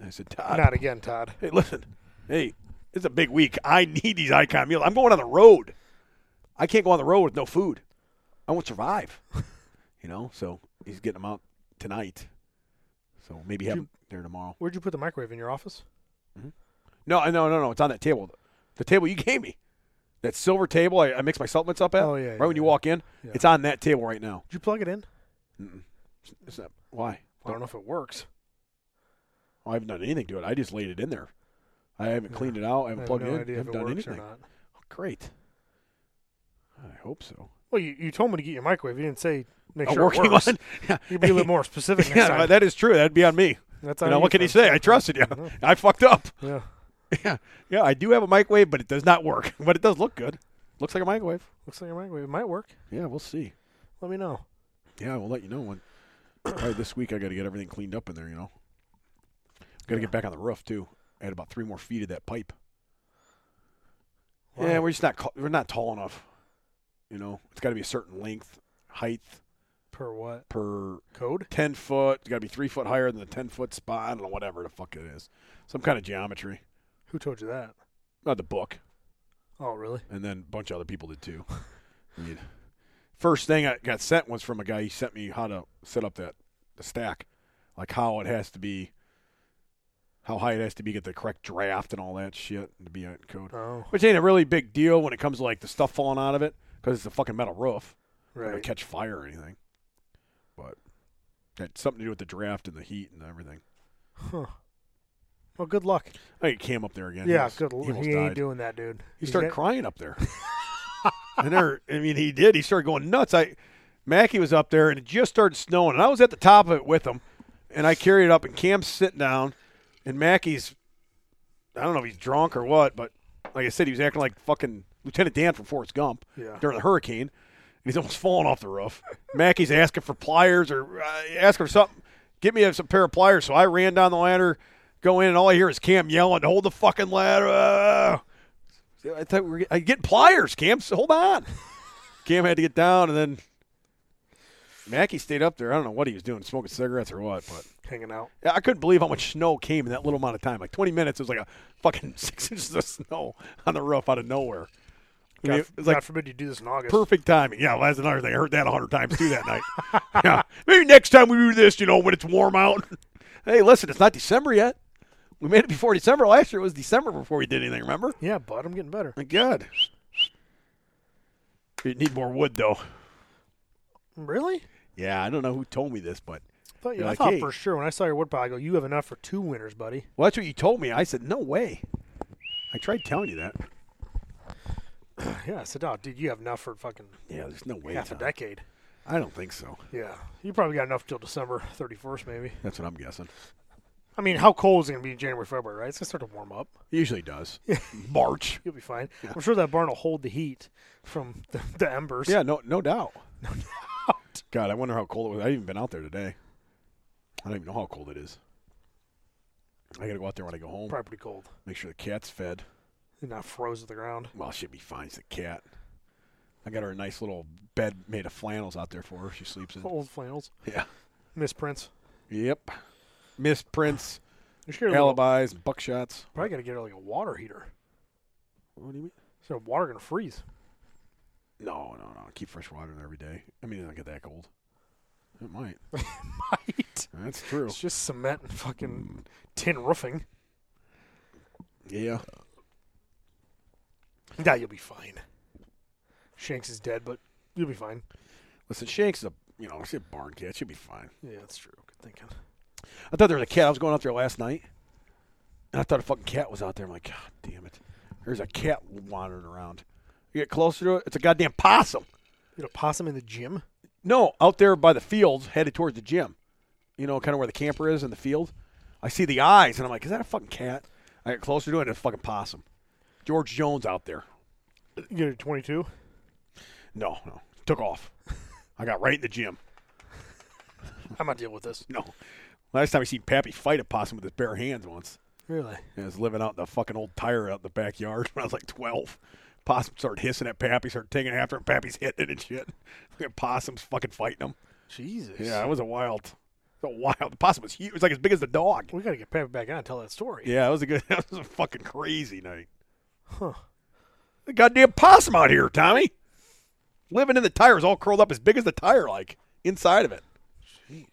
S4: I said, Todd,
S2: Not again, Todd.
S4: hey, listen, hey, it's a big week. I need these icon meals. I'm going on the road. I can't go on the road with no food. I won't survive. you know, so he's getting them out tonight. So maybe have
S2: you-
S4: them there tomorrow.
S2: Where'd you put the microwave in your office?
S4: No, I- no, no, no. It's on that table, the table you gave me, that silver table. I, I mix my supplements up at.
S2: Oh, yeah,
S4: Right
S2: yeah,
S4: when you
S2: yeah.
S4: walk in,
S2: Yeah.
S4: it's on that table right now.
S2: Did you plug it in?
S4: It's not, why?
S2: I don't know if it works.
S4: Oh, I haven't done anything to it. I just laid it in there. I haven't
S2: Yeah.
S4: cleaned it out. I
S2: I
S4: haven't
S2: have
S4: plugged
S2: no
S4: it in.
S2: idea if
S4: haven't
S2: it
S4: done
S2: works
S4: anything. Oh,
S2: or not.
S4: Great. I hope so.
S2: Well, you, you told me to get your microwave. You didn't say make
S4: I'm
S2: sure it
S4: working
S2: works.
S4: on. Yeah.
S2: You'd be a little more specific next
S4: Yeah,
S2: time.
S4: that is true. That'd be on me.
S2: That's
S4: You
S2: on
S4: know, what can he
S2: you
S4: say? I trusted you.
S2: Uh-huh.
S4: I fucked up.
S2: Yeah.
S4: Yeah, yeah. I do have a microwave, but it does not work. But it does look good. Looks like a microwave.
S2: Looks like your microwave. It might work.
S4: Yeah, we'll see.
S2: Let me know.
S4: Yeah, we'll let you know when. Probably this week I got to get everything cleaned up in there. You know, got to get back on the roof too. I had about three more feet of that pipe.
S2: Why?
S4: Yeah, we're just not ca- we're not tall enough. You know, it's got to be a certain length, height
S2: Per what?
S4: per
S2: Code?
S4: ten foot. It's got to be three foot higher than the ten foot spot. I don't know whatever the fuck it is. Some kind of geometry.
S2: Who told you that?
S4: Not the book,
S2: Oh, really?
S4: and then a bunch of other people did too. I mean, First thing I got sent was from a guy. He sent me how to set up that the stack, like how it has to be, how high it has to be, get the correct draft and all that shit to be in code.
S2: Oh,
S4: Which ain't a really big deal when it comes to like the stuff falling out of it because it's a fucking metal roof. It
S2: right.
S4: It'll catch fire or anything. But that's something to do with the draft and the heat and everything.
S2: Huh. Well, good luck.
S4: I think it came up there again.
S2: yeah,
S4: he almost-
S2: good
S4: He,
S2: luck.
S4: almost
S2: He, ain't
S4: died.
S2: doing that, dude.
S4: he
S2: He's
S4: started
S2: got-
S4: crying up there. and there, I mean, he did. He started going nuts. I, Mackie was up there and it just started snowing, and I was at the top of it with him, and I carried it up, and Cam's sitting down, and Mackey's, I don't know if he's drunk or what, but like I said, he was acting like fucking Lieutenant Dan from Forrest Gump.
S2: Yeah.
S4: during the hurricane, and he's almost falling off the roof. Mackey's asking for pliers or uh, asking for something. Get me some pair of pliers. So I ran down the ladder, go in, and all I hear is Cam yelling, "Hold the fucking ladder!" Uh, I thought we were I get pliers, Cam. So hold on. Cam had to get down, and then Mackey stayed up there. I don't know what he was doing, smoking cigarettes or what, but
S2: Hanging out.
S4: yeah, I couldn't believe how much snow came in that little amount of time. Like 20 minutes, it was like a fucking six inches of snow on the roof out of nowhere. I mean,
S2: God,
S4: it was like
S2: God forbid you do this in August.
S4: perfect timing. Yeah, well, that's another thing. I heard that a hundred times too that night. yeah, maybe next time we do this, you know, when it's warm out. hey, listen, it's not December yet. We made it before December last year. It was December before we did anything. Remember?
S2: Yeah, bud, I'm getting better.
S4: My God, you need more wood though.
S2: Really?
S4: Yeah, I don't know who told me this, but
S2: I thought,
S4: You're
S2: I
S4: like,
S2: thought
S4: hey.
S2: for sure when I saw your wood pile, I go, you have enough for two winters, buddy.
S4: well, that's what you told me. I said no way. I tried telling you that.
S2: Yeah, I said, oh, dude, you have enough for fucking
S4: Yeah, there's no way.
S2: half a
S4: Tom.
S2: decade.
S4: I don't think so.
S2: Yeah, you probably got enough till December 31st, maybe.
S4: That's what I'm guessing.
S2: I mean, how cold is it going to be in January, February, right? It's going to start to warm up.
S4: It usually does. March.
S2: You'll be fine. I'm sure that barn will hold the heat from the, the embers.
S4: Yeah, no, no doubt. No doubt. God, I wonder how cold it was. I haven't even been out there today. I don't even know how cold it is. I gotta go out there when I go home.
S2: Probably pretty cold.
S4: Make sure the cat's fed.
S2: They're not froze to the ground.
S4: Well, she'll be fine. It's the cat. I got her a nice little bed made of flannels out there for her. She sleeps in.
S2: Old flannels.
S4: Yeah.
S2: Misprints.
S4: Yep. Miss Prince,
S2: You should get her a little-
S4: alibis, buckshots.
S2: probably got to get her like a water heater.
S4: What do you mean?
S2: So water going to freeze.
S4: No, no, no. Keep fresh water in there every day. I mean, it doesn't get that cold. It might.
S2: Might.
S4: That's true.
S2: It's just cement and fucking tin roofing.
S4: Yeah.
S2: Yeah, you'll be fine. Shanks is dead, but you'll be fine.
S4: Listen, Shanks is a you know she's a barn cat. She'll be fine.
S2: Yeah, that's true. Good thinking.
S4: I thought there was a cat. I was going out there last night, and I thought a fucking cat was out there. I'm like, God damn it! There's a cat wandering around. You get closer to it, it's a goddamn possum.
S2: You had a possum in the gym?
S4: No, out there by the fields, headed towards the gym. You know, kind of where the camper is in the field. I see the eyes, and I'm like, is that a fucking cat? I get closer to it, and it's a fucking possum. George Jones out there.
S2: You get a 22?
S4: No, no, took off. I got right in the gym.
S2: I'm not dealing with this.
S4: No, last time I seen Pappy fight a possum with his bare hands once.
S2: Really?
S4: And I was living out in the fucking old tire out in the backyard when I was like 12. Possum started hissing at Pappy, started taking after him. Pappy's hitting it and shit. Look at Possum's fucking fighting him.
S2: Jesus.
S4: Yeah, it was a wild, it was a wild. The possum was huge. It was like as big as the dog.
S2: We got to get Pappy back on and tell that story.
S4: Yeah, it was a good, that was a fucking crazy night.
S2: Huh.
S4: The goddamn possum out here, Tommy. Living in the tires, all curled up as big as the tire, like inside of it.
S2: Jeez.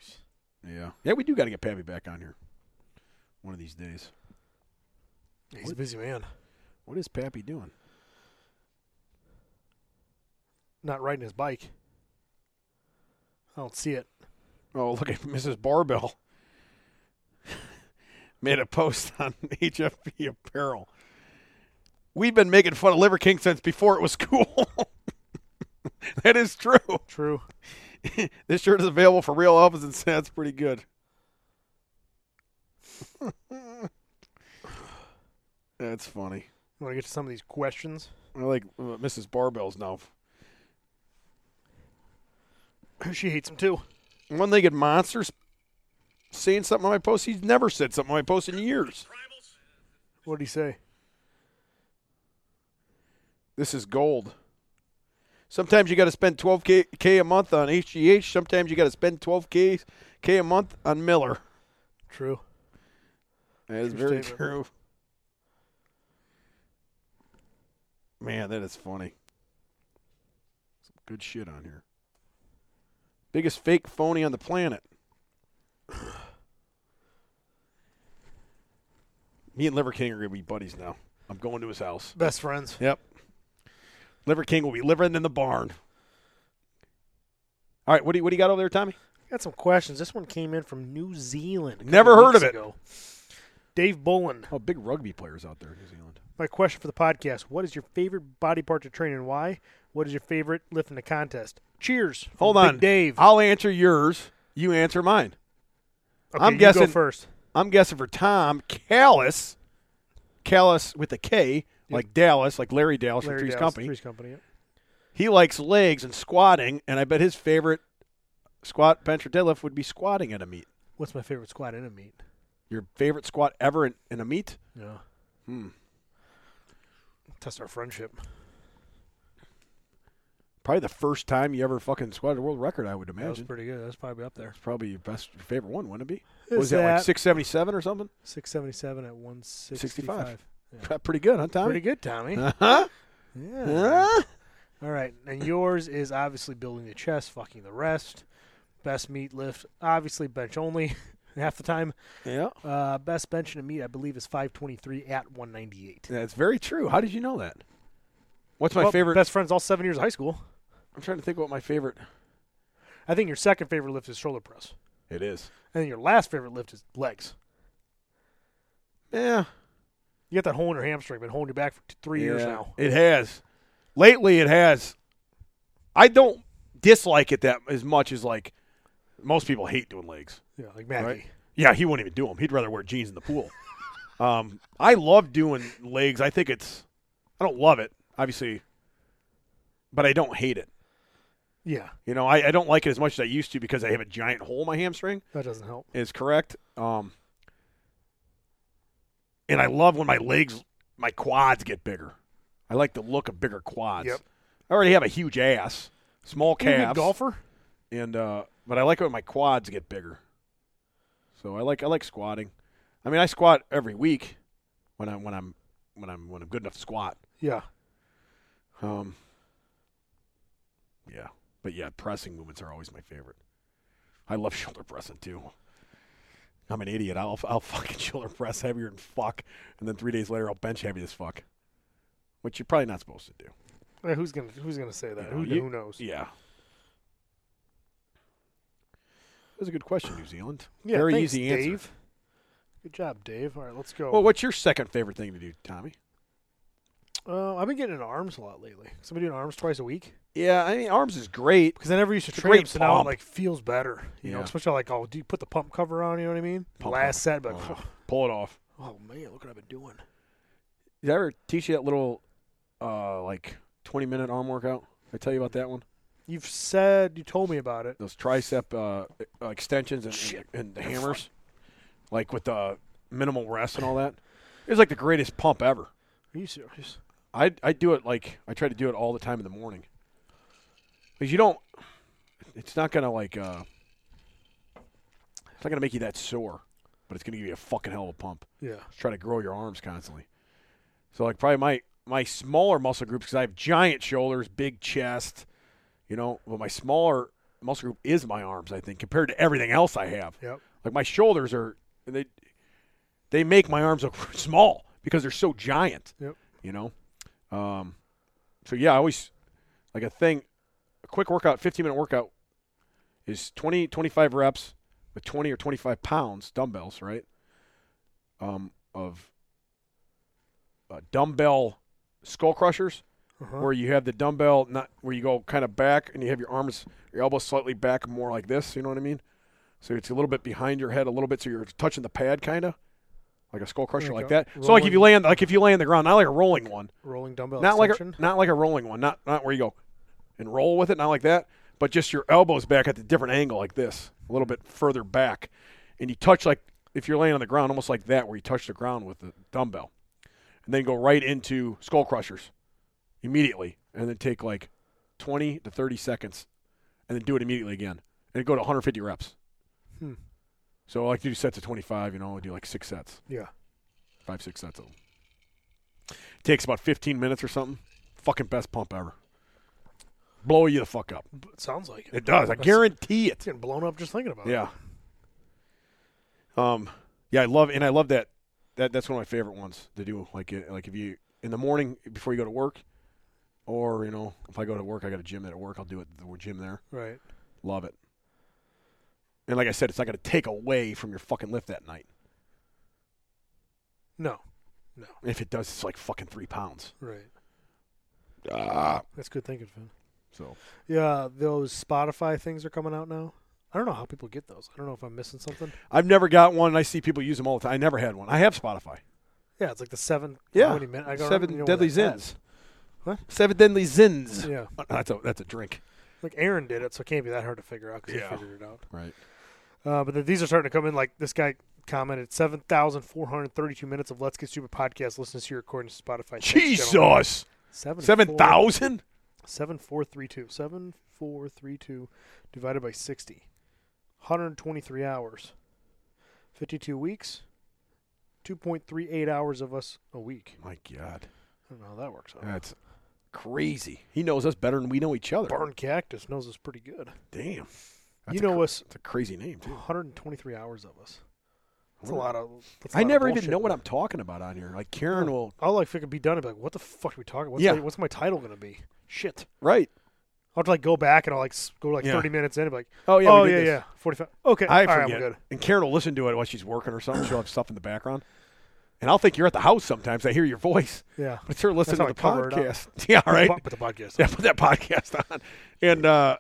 S4: Yeah. Yeah, we do got to get Pappy back on here one of these days.
S2: He's a busy man.
S4: What is Pappy doing?
S2: Not riding his bike. I don't see it.
S4: Oh, look at Mrs. Barbell. Made a post on HFP apparel. We've been making fun of Liver King since before it was cool. that is true.
S2: True.
S4: this shirt is available for real elves and that's pretty good. That's funny.
S2: You want to get to some of these questions?
S4: I like uh, Mrs. Barbell's now.
S2: She hates him too.
S4: One legged monsters saying something on my post. He's never said something on my post in years.
S2: What did he say?
S4: This is gold. Sometimes you got to spend 12k k a month on HGH. Sometimes you got to spend 12k k a month on Miller.
S2: True.
S4: That is
S2: True
S4: very
S2: statement.
S4: true. Man, that is funny. Some good shit on here. Biggest fake phony on the planet. Me and Liver King are gonna be buddies now. I'm going to his house.
S2: Best friends.
S4: Yep. Liver King will be living in the barn. All right, what do you, what do you got over there, Tommy?
S2: Got some questions. This one came in from New Zealand. a couple
S4: Never heard
S2: weeks
S4: of it.
S2: ago. Dave Bullen.
S4: Oh, big rugby players out there in New Zealand.
S2: My question for the podcast: What is your favorite body part to train and why? What is your favorite lift in the contest? Cheers. from
S4: Hold
S2: Big
S4: on,
S2: Dave.
S4: I'll answer yours. You answer mine.
S2: Okay,
S4: I'm
S2: you
S4: guessing-
S2: go first.
S4: I'm guessing for Tom, Callis, Callis with a K, like Dallas, like Larry Dallas
S2: Larry
S4: from Three's
S2: Dallas,
S4: Company.
S2: Three's Company. yep.
S4: He likes legs and squatting, and I bet his favorite squat, bench, or deadlift would be squatting at a meet.
S2: What's my favorite squat in a meet?
S4: Your favorite squat ever in, in a meet?
S2: Yeah.
S4: Hmm.
S2: Test our friendship.
S4: Probably the first time you ever fucking squatted a world record, I would
S2: That was
S4: imagine.
S2: pretty good. That's probably up there.
S4: It's probably your best, your favorite one, wouldn't it be?
S2: Is
S4: was that, like 677 or something?
S2: six seventy seven at one sixty five? Yeah.
S4: Pretty good, huh, Tommy?
S2: Pretty good, Tommy.
S4: Uh-huh.
S2: Yeah.
S4: Huh?
S2: All right, and yours is obviously building the chest, fucking the rest. Best meat lift, obviously bench only, half the time.
S4: Yeah.
S2: Uh, best bench in a meet, I believe, is 523 at 198.
S4: That's very true. How did you know that? What's my
S2: Well,
S4: favorite?
S2: Best friends all seven years of high school.
S4: I'm trying to think what my favorite.
S2: I think your second favorite lift is shoulder press,
S4: It is.
S2: and then your last favorite lift is legs.
S4: Yeah.
S2: You got that hole in your hamstring, been holding you back for t- three years
S4: Yeah.
S2: now.
S4: It has. Lately, it has. I don't dislike it that as much as like most people hate doing legs.
S2: Yeah, like Mackie.
S4: Right. Yeah, he wouldn't even do them. He'd rather wear jeans in the pool. um, I love doing legs. I think it's. I don't love it, obviously, but I don't hate it.
S2: Yeah,
S4: You know, I, I don't like it as much as I used to because I have a giant hole in my hamstring.
S2: that doesn't help.
S4: Is correct. Um, and I love when my legs, my quads get bigger. I like the look of bigger quads.
S2: Yep.
S4: I already have a huge ass, small
S2: Are you a good
S4: calves,
S2: golfer?
S4: and uh, but I like when my quads get bigger. So I like I like squatting. I mean, I squat every week when I when I'm when I'm when I'm good enough to squat.
S2: Yeah.
S4: Um, yeah, but yeah, pressing movements are always my favorite. I love shoulder pressing too. I'm an idiot. I'll I'll fucking shoulder press heavier than fuck, and then three days later I'll bench heavy as fuck, which you're probably not supposed to do.
S2: Uh, Who's gonna Who's gonna say that?
S4: You know,
S2: who,
S4: you-
S2: who knows?
S4: Yeah. That was a good question, New Zealand.
S2: Yeah,
S4: Very
S2: thanks,
S4: easy answer.
S2: Dave. Good job, Dave. All right, let's go.
S4: Well, what's your second favorite thing to do, Tommy?
S2: Uh, I've been getting into arms a lot lately. Somebody doing arms twice a week
S4: Yeah, I mean arms is great.
S2: because I never used to
S4: It's a
S2: train,
S4: great
S2: so now it
S4: pump.
S2: like feels better. You know,
S4: Yeah.
S2: especially like oh, do you put the pump cover on? You know what I mean?
S4: Pump
S2: Last set, but
S4: Oh, pull it off.
S2: oh man, look what I've been doing.
S4: Did I ever teach you that little, uh, like twenty minute arm workout? Did I tell you about that one.
S2: You've said you told me about it.
S4: Those tricep uh, uh, extensions and,
S2: Shit.
S4: and, and the hammers, like with the minimal rest and all that. It was like the greatest pump ever.
S2: Are you serious?
S4: I I do it like I try to do it all the time in the morning. Cause you don't, it's not gonna like, uh, it's not gonna make you that sore, but it's gonna give you a fucking hell of a pump.
S2: Yeah.
S4: try to grow your arms constantly. So like probably my my smaller muscle groups because I have giant shoulders, big chest, you know. But my smaller muscle group is my arms. I think compared to everything else I have,
S2: Yep.
S4: like my shoulders are they they make my arms look small because they're so giant.
S2: Yep.
S4: You know. Um. So yeah, I always like a thing, a quick workout, 15 minute workout is 20 25 reps with 20 or 25 pounds dumbbells, right? um, of uh, dumbbell skull crushers,
S2: Uh-huh.
S4: where you have the dumbbell not where you go kind of back and you have your arms, your elbows slightly back more like this. You know what I mean? So it's a little bit behind your head, a little bit, so you're touching the pad, kind of like a skull crusher,
S2: Like
S4: like,
S2: a
S4: that. So like if you
S2: rolling-
S4: land, like if you lay on the ground, not like a rolling one,
S2: Rolling dumbbell
S4: not like a,
S2: extension.
S4: not like a rolling one, not not where you go and roll with it, not like that, but just your elbows back at the different angle, like this, a little bit further back, and you touch like if you're laying on the ground, almost like that, where you touch the ground with the dumbbell, and then go right into skull crushers immediately, and then take like 20 to 30 seconds, and then do it immediately again, and go to 150 reps.
S2: Hmm.
S4: So I like to do sets of 25, you know, I do like six sets
S2: yeah.
S4: five, six sets of them. Takes about 15 minutes or something. Fucking best pump ever. Blow you the fuck up.
S2: B- It sounds like it.
S4: It does. I
S2: That's-
S4: guarantee it.
S2: It's getting blown up just thinking about it.
S4: Yeah. Um. Yeah, I love and I love that. That that's one of my favorite ones to do. Like uh, like if you in the morning before you go to work, or you know if I go to work, I got a gym at work. I'll do it at the gym there.
S2: Yeah. Right.
S4: Love it. And like I said, it's not going to take away from your fucking lift that night.
S2: No.
S4: If it does, it's like fucking three pounds.
S2: Right.
S4: Ah.
S2: That's good thinking, Finn.
S4: So
S2: Yeah, those Spotify things are coming out now. I don't know how people get those. I don't know if I'm missing something.
S4: I've never got one, and I see people use them all the time. I never had one. I have Spotify.
S2: Yeah, it's like the seven.
S4: Yeah,
S2: how many min- I don't
S4: Seven
S2: even know
S4: Deadly
S2: what that-
S4: Zins.
S2: What?
S4: Seven Deadly Zins.
S2: Yeah,
S4: Uh, That's a that's a drink.
S2: like Aaron did it, so it can't be that hard to figure out because
S4: Yeah.
S2: he figured it out.
S4: Right.
S2: Uh, but then these are starting to come in. Like this guy commented, seven thousand four hundred thirty-two minutes of Let's Get Stupid podcast listens to your according to Spotify. Thanks, gentlemen.
S4: Jesus.
S2: seven
S4: Seven
S2: four-
S4: thousand.
S2: seven four three two seven four three two divided by sixty. 123 hours, 52 weeks, 2.38 hours of us a week.
S4: My God,
S2: I don't know how that works out.
S4: that's crazy. He knows us better than we know each other.
S2: Barn Cactus knows us pretty good.
S4: Damn. That's
S2: you
S4: a
S2: know
S4: cr-
S2: us
S4: That's a crazy name too.
S2: 123 hours of us. That's a
S4: Wonder-
S2: lot of. That's a
S4: I
S2: lot of
S4: never even
S2: bullshit. Oh,
S4: know what I'm talking about on here. Like Karen
S2: Huh.
S4: will.
S2: I'll like fucking be done and be like, what the fuck are we talking? What's,
S4: Yeah.
S2: my, what's my title gonna be? Shit.
S4: Right.
S2: I'll have to like go back and I'll like s- go like
S4: Yeah.
S2: 30 minutes in and be like,
S4: Oh yeah.
S2: oh
S4: we did
S2: yeah,
S4: this.
S2: yeah, 45. Okay,
S4: I
S2: all right, I'm
S4: forget.
S2: good.
S4: And Karen will listen to it while she's working or something. She'll have stuff in the background, and I'll think you're at the house. Sometimes I hear your voice.
S2: Yeah.
S4: But it's her listening to
S2: That's
S4: the
S2: how I cover it up.
S4: podcast. Yeah, right.
S2: But the podcast.
S4: Yeah, put that podcast on, and uh,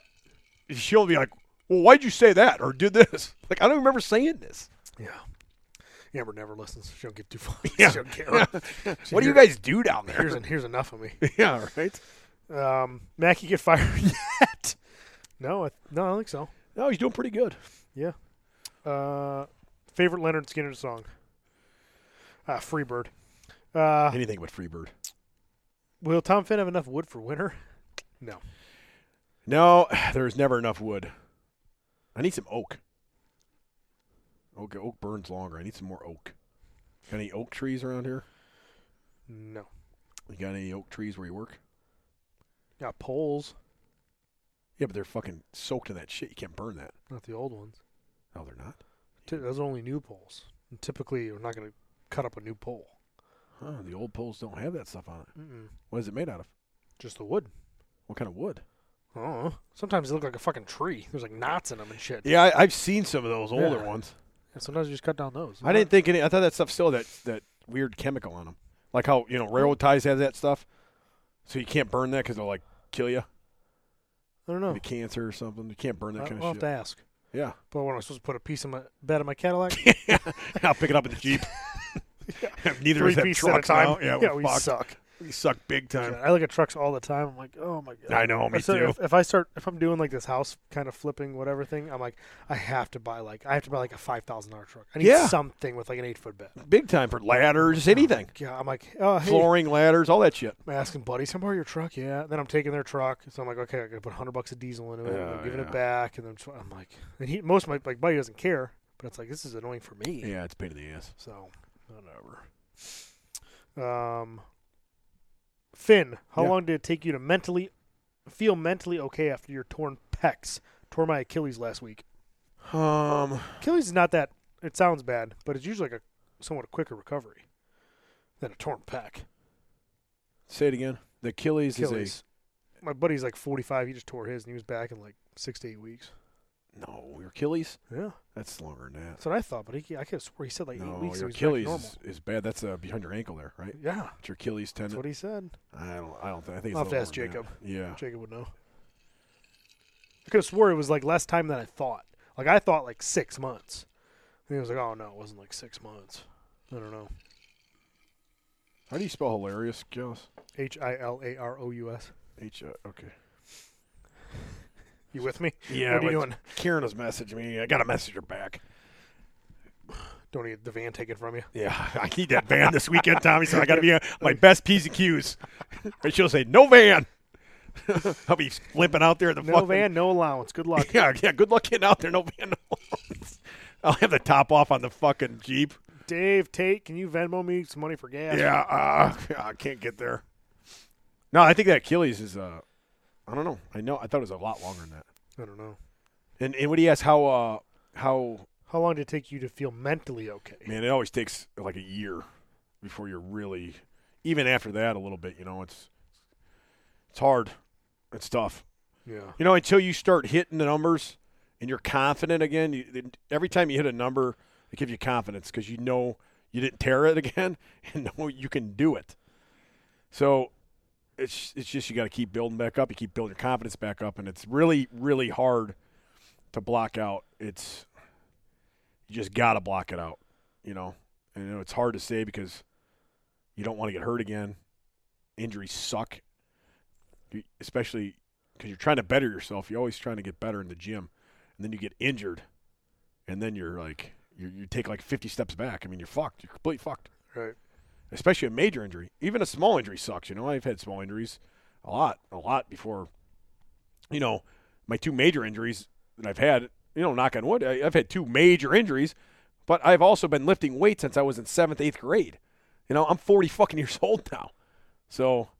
S4: she'll be like, "Well, why'd you say that or did this?" Like, I don't remember saying this.
S2: Yeah. Amber never listens. She don't give two fucks.
S4: Yeah.
S2: She don't care.
S4: What do you guys do down
S2: Here's,
S4: there?
S2: en- here's enough of me.
S4: yeah, right.
S2: Um, Mackey get fired yet? No, I, no, I don't think so.
S4: No, he's doing pretty good.
S2: Yeah. Uh, favorite Leonard Skinner song? Uh, Free Bird. Uh,
S4: Anything but Freebird.
S2: will Tom Finn have enough wood for winter? No.
S4: No, there's never enough wood. I need some oak. Oak oak burns longer. I need some more oak. Got any oak trees around here?
S2: No.
S4: You got any oak trees where you work?
S2: Got poles,
S4: Yeah, but they're fucking soaked in that shit. You can't burn that.
S2: not the old ones.
S4: No, they're not.
S2: Ty- Those are only new poles. And typically, we're not going to cut up a new pole.
S4: Huh, the old poles don't have that stuff on it.
S2: Mm-mm.
S4: What is it made out of?
S2: Just the wood.
S4: What kind of wood?
S2: Oh, sometimes they look like a fucking tree. There's like knots in them and shit.
S4: Yeah, I, I've seen some of those older
S2: Yeah.
S4: ones.
S2: And sometimes you just cut down those.
S4: I didn't think any. I thought that stuff still had that that weird chemical on them, like how you know railroad ties have that stuff, so you can't burn that because they'll like kill you,
S2: I don't know.
S4: the cancer or something. You can't burn Oh. that
S2: I'll
S4: kind
S2: I'll
S4: of
S2: have
S4: shit.
S2: to ask.
S4: Yeah,
S2: But what am I supposed to put a piece of my bed in my Cadillac?
S4: I'll pick it up in the jeep. Neither
S2: Three
S4: is that
S2: pieces at a
S4: truck
S2: time.
S4: now. Yeah,
S2: we
S4: we fuck.
S2: suck.
S4: We suck big time.
S2: I look at trucks all the time. I'm like, oh my god.
S4: I know, me
S2: I start-
S4: too.
S2: If, if I start, if I'm doing like this house kind of flipping whatever thing, I'm like, I have to buy like, I have to buy like a five thousand dollar truck. I need
S4: Yeah.
S2: something with like an eight foot bed.
S4: Big time for ladders, anything,
S2: Yeah, I'm like, oh, hey,
S4: flooring, ladders, all that shit.
S2: I'm asking buddies, can I borrow your truck? Yeah. Then I'm taking their truck, so I'm like, okay, I gotta put hundred bucks of diesel into it. and
S4: Oh,
S2: I'm giving
S4: yeah.
S2: it back, and then tw- I'm like, and he, most of my like buddy doesn't care, but it's like this is annoying for me.
S4: Yeah, it's a pain in the ass.
S2: So whatever. Um, Finn, how
S4: Yeah.
S2: long did it take you to mentally feel mentally okay after your torn pecs? Tore my Achilles last week.
S4: Um,
S2: Achilles is not that. It sounds bad, but it's usually like a somewhat quicker recovery than a torn pec.
S4: say it again. The Achilles,
S2: Achilles. My buddy's like 45. He just tore his, and he was back in like six to eight weeks.
S4: is a no. Your Achilles,
S2: Yeah,
S4: that's longer than that.
S2: that's what I thought. But he, I could have swore he said like
S4: no,
S2: eight weeks.
S4: your
S2: and he was
S4: Achilles
S2: back to normal.
S4: is, is bad. That's uh, behind your ankle there, right?
S2: Yeah,
S4: It's your Achilles
S2: that's
S4: tendon.
S2: what he said.
S4: I don't. I don't think. I think.
S2: I'll
S4: it's
S2: have to
S4: a
S2: ask
S4: little more than that. Yeah.
S2: Jacob would know. I could have swore it was like less time than I thought. Like I thought like six months. And he was like, "Oh no, it wasn't like six months." I don't know.
S4: How do you spell hilarious, Gillis?
S2: H i l a r o u s.
S4: H. uh, Okay.
S2: You with me?
S4: Yeah.
S2: What are you
S4: but
S2: doing?
S4: Karen has messaged me. I got to message her back.
S2: Don't need the van taken from you.
S4: Yeah, I need that van this weekend, Tommy. So I got to be on my best P's and Q's. And she'll say, "No van." I'll be limping out there. in The
S2: No
S4: fucking-
S2: van, no allowance. Good luck.
S4: Yeah, yeah. Good luck getting out there. No van. I'll have the top off on the fucking jeep.
S2: Dave Tate, can you Venmo me some money for gas?
S4: Yeah, uh, yeah, I can't get there. No, I think that Achilles is. Uh, I don't know. I know. I thought it was a lot longer than that.
S2: I don't know.
S4: And and what he asked how uh how
S2: How long did it take you to feel mentally okay?
S4: man it always takes like a year before you're really even after that a little bit you know it's it's hard it's tough
S2: Yeah.
S4: you know until you start hitting the numbers and you're confident again you, every time you hit a number it gives you confidence because you know you didn't tear it again and know you can do it so it's it's just you got to keep building back up you keep building your confidence back up and it's really really hard to block out it's you just got to block it out you know and you know, it's hard to say because you don't want to get hurt again injuries suck You- especially because you're trying to better yourself you're always trying to get better in the gym and then you get injured and then you're like you you take like 50 steps back i mean you're fucked you're completely fucked
S2: Right.
S4: especially a major injury. Even a small injury sucks. You know, I've had small injuries a lot, a lot before. You know, my two major injuries that I've had, you know, knock on wood, I, I've had two major injuries, but I've also been lifting weights since I was in seventh, eighth grade. You know, I'm 40 fucking years old now. So,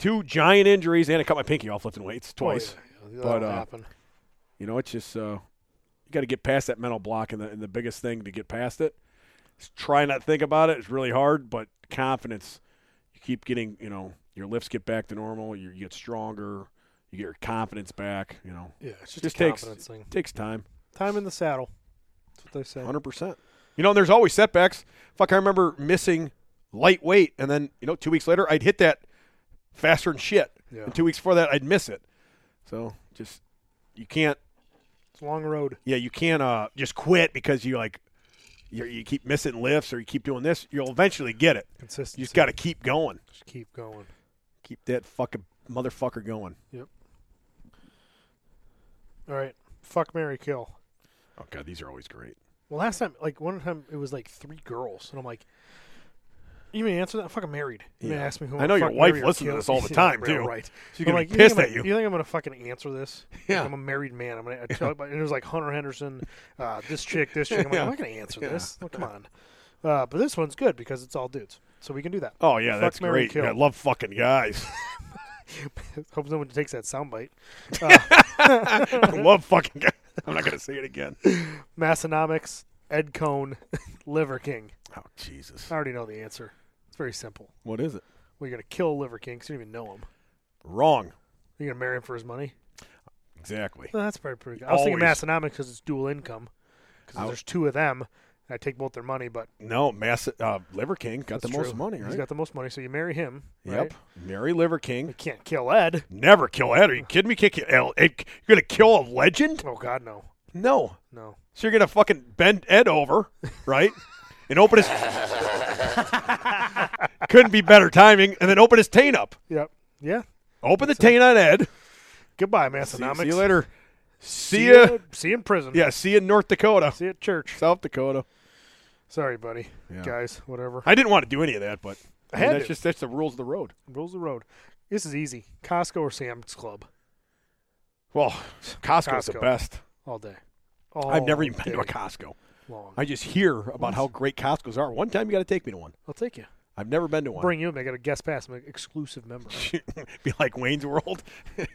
S4: two giant injuries, and I cut my pinky off lifting weights twice.
S2: Oh, yeah.
S4: But,
S2: That'll
S4: uh,
S2: happen.
S4: You know, it's just uh, you got to get past that mental block, and the, and the biggest thing to get past it is try not to think about it. It's really hard, but confidence. You keep getting, you know, your lifts get back to normal. You, you get stronger. You get your confidence back. You know,
S2: Yeah, it's just,
S4: just
S2: a
S4: takes-
S2: confidence thing.
S4: takes time.
S2: Time in the saddle. That's what they say.
S4: Hundred percent. You know, and there's always setbacks. Fuck, I remember missing lightweight, and then you know, two weeks later, I'd hit that faster than shit.
S2: Yeah.
S4: And two weeks before that, I'd miss it. So just you can't
S2: It's a long road.
S4: yeah, you can't uh, just quit because you like you're, you keep missing lifts or you keep doing this, you'll eventually get it.
S2: Consistency.
S4: You just got to keep going.
S2: Just keep going.
S4: Keep that fucking motherfucker going.
S2: All right. Fuck Mary Kill.
S4: Oh god, these are always great.
S2: Well, last time, like one time, it was like three girls, and I'm like, "You mean answer that? I'm fucking married." And they
S4: Yeah.
S2: asked me who
S4: I
S2: I'm
S4: know your
S2: fucking
S4: wife
S2: married or
S4: listens to
S2: killed.
S4: this all the
S2: Yeah,
S4: time,
S2: right,
S4: too.
S2: Right?
S4: She's
S2: I'm
S4: gonna
S2: like,
S4: be
S2: you think
S4: pissed
S2: I'm
S4: at
S2: gonna-
S4: you.
S2: You think I'm gonna fucking answer this? Like,
S4: Yeah.
S2: I'm a married man. I'm gonna. I tell, but- and it was like Hunter Henderson, uh, this chick, this chick. I'm like,
S4: Yeah.
S2: I'm not gonna answer
S4: Yeah.
S2: this. Well, come on. Uh, but this one's good because it's all dudes, so we can do that.
S4: Oh yeah,
S2: Fuck,
S4: that's
S2: marry,
S4: great.
S2: kill.
S4: I love fucking guys.
S2: Hope no one takes that soundbite.
S4: I love fucking guys. I'm not gonna say it again.
S2: Massonomics, Ed Cohn, Liver King.
S4: Oh Jesus,
S2: I already know the answer. It's very simple.
S4: what is it?
S2: We're gonna kill Liver King 'cause you don't even know him.
S4: Wrong.
S2: You're gonna marry him for his money.
S4: Exactly.
S2: Well, that's probably pretty good. I was thinking
S4: Always.
S2: Massonomics because it's dual income. Because
S4: I-
S2: there's two of them, and I take both their money, but
S4: No, Mass uh, Liver King got
S2: that's
S4: the most
S2: true.
S4: money,
S2: He's
S4: right?
S2: got the most money, so you marry him.
S4: Yep.
S2: right?
S4: Marry Liver King.
S2: You can't kill Ed.
S4: Never kill Ed. Are you kidding me? Kick it. El- Ed- You're gonna kill a legend?
S2: Oh God, no,
S4: No.
S2: no.
S4: So you're gonna fucking bend Ed over, right? And open his. Couldn't be better timing. And then open his taint up.
S2: Yep. Yeah.
S4: Open the taint on Ed.
S2: Goodbye,
S4: See,
S2: Massonomics.
S4: see you later.
S2: See
S4: See ya.
S2: ya- See you in prison.
S4: Yeah, see you in North Dakota,
S2: See you at church.
S4: South Dakota.
S2: Sorry, buddy.
S4: Yeah.
S2: Guys, whatever.
S4: I didn't want to do any of that, but
S2: I had
S4: that's
S2: to.
S4: just that's the rules of the road.
S2: Rules of the road. This is easy. Costco or Sam's Club
S4: Well, Costco's the
S2: Costco.
S4: best.
S2: all day. All
S4: I've never even been to a
S2: day
S4: Costco.
S2: Long.
S4: I just hear about how great Costco's are. One time you got to take me to one.
S2: I'll take you.
S4: I've never been to one.
S2: Bring you in. I got a guest pass. I'm an exclusive member.
S4: Be like Wayne's World. they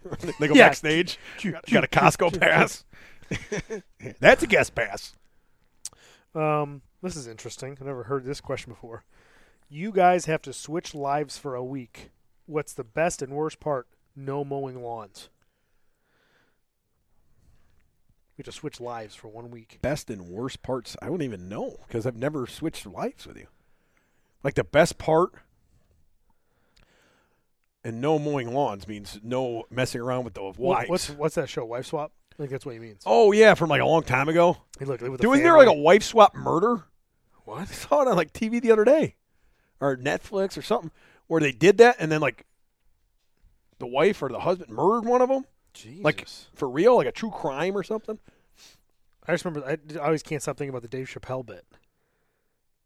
S4: go
S2: Yeah.
S4: backstage. Got, got a Costco pass. That's a guest pass.
S2: Um, this is interesting. I've never heard this question before. You guys have to switch lives for a week. What's the best and worst part? No mowing lawns. We have to switch lives for one week.
S4: Best and worst parts, I wouldn't even know because I've never switched lives with you. Like the best part and no mowing lawns means no messing around with the
S2: What-
S4: wives.
S2: What's what's that show? Wife swap? I think that's what he means.
S4: oh, yeah, from like a long time ago.
S2: He looked with
S4: Dude, Wasn't there like a wife swap murder?
S2: what?
S4: I saw it on like TV the other day, or Netflix or something, where they did that, and then like the wife or the husband murdered one of them,
S2: Jesus.
S4: like for real, like a true crime or something.
S2: I just remember. I, I always can't stop thinking about the Dave Chappelle bit.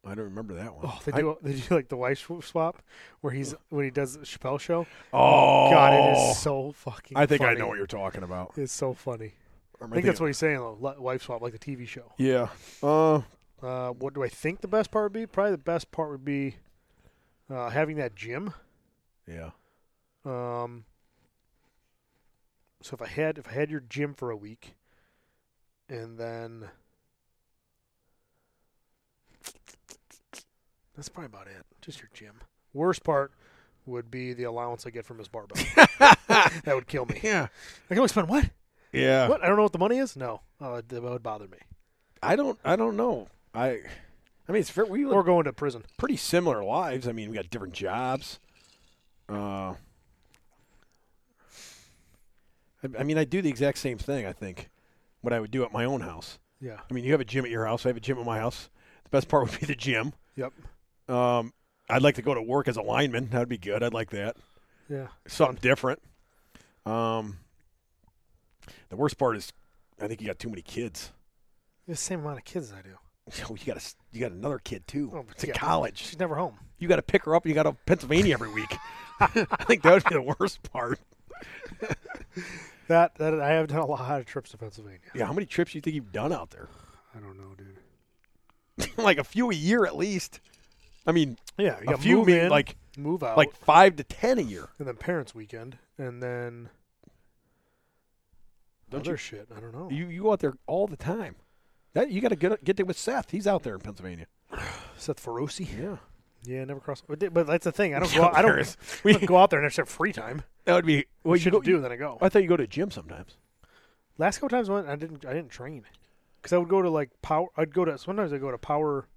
S4: I don't remember that one.
S2: Oh, they do. they do like the wife sw- swap where he's when he does the Chappelle show.
S4: oh,
S2: God, it is so fucking.
S4: I think I
S2: funny.
S4: know what you're talking about.
S2: It's so funny.
S4: Or am
S2: I think that's
S4: thinking-
S2: what he's saying though. li- Wife swap, like the TV show.
S4: Yeah. Uh,
S2: Uh, what do I think the best part would be? Probably the best part would be uh, having that gym.
S4: yeah.
S2: Um, so if I had if I had your gym for a week, and then that's probably about it. Just your gym. Worst part would be the allowance I get from his barbell. that would kill me.
S4: Yeah.
S2: I can only spend what?
S4: Yeah.
S2: What? I don't know what the money is. No, uh, that would bother me.
S4: I don't. I don't know. I. I mean, it's fair. We live
S2: Or going to prison.
S4: pretty similar lives. I mean, we got different jobs. Uh, I, I mean, I do the exact same thing. I think what I would do at my own house.
S2: Yeah.
S4: I mean, you have a gym at your house. I have a gym at my house. The best part would be the gym.
S2: Yep.
S4: Um, I'd like to go to work as a lineman. That'd be good. I'd like that.
S2: Yeah.
S4: Something different. Um, the worst part is, I think you got too many kids.
S2: The same amount of kids as I do.
S4: Oh, you got a, you got another kid too.
S2: Oh, but
S4: it's a
S2: yeah.
S4: college.
S2: She's never home.
S4: you got to pick her up. You got to Pennsylvania every week. I think that would be the worst part.
S2: That that I have done a lot of trips to Pennsylvania.
S4: Yeah, how many trips do you think you've done out there?
S2: I don't know, dude.
S4: like a few a year at least. I mean,
S2: Yeah, you
S4: a
S2: got
S4: few
S2: move
S4: mean
S2: in,
S4: like
S2: move out,
S4: like five to ten a year.
S2: and then parents' weekend, and then
S4: Don't
S2: other
S4: you-
S2: shit. I don't know.
S4: You you go out there all the time. That you got to get get there with Seth. He's out there in Pennsylvania.
S2: Seth Ferrosi.
S4: Yeah,
S2: Yeah, never cross. But, th- but that's the thing. I don't go. Out, I don't.
S4: There's-
S2: I
S4: We,
S2: don't go out there and except free time.
S4: that would be well.
S2: What
S4: You
S2: should
S4: go,
S2: do? Then I go.
S4: I thought you go to a gym sometimes.
S2: Last couple times I went, I didn't. I didn't train because I would go to like power. I'd go to sometimes I go to power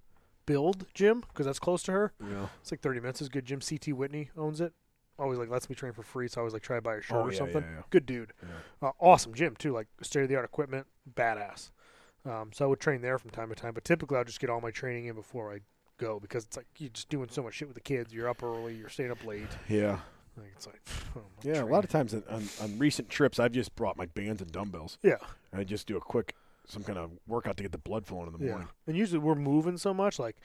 S2: build gym because that's close to her.
S4: Yeah.
S2: It's like 30 minutes. It's good gym. CT Whitney owns it. Always like lets me train for free, so I always like try to buy a shirt
S4: Oh,
S2: or
S4: yeah,
S2: something.
S4: yeah, yeah.
S2: Good dude. Uh, awesome gym too. Like state of the art equipment, badass. Um, so I would train there from time to time, but typically I'll just get all my training in before I go because it's like you're just doing so much shit with the kids. You're up early, you're staying up late.
S4: Yeah.
S2: Like it's like, oh, pff, I'm not
S4: Yeah, a
S2: training.
S4: lot of times on, on, on recent trips, I've just brought my bands and dumbbells,
S2: yeah,
S4: and I just do a quick some kind of workout to get the blood flowing in the
S2: yeah.
S4: morning.
S2: And usually we're moving so much, like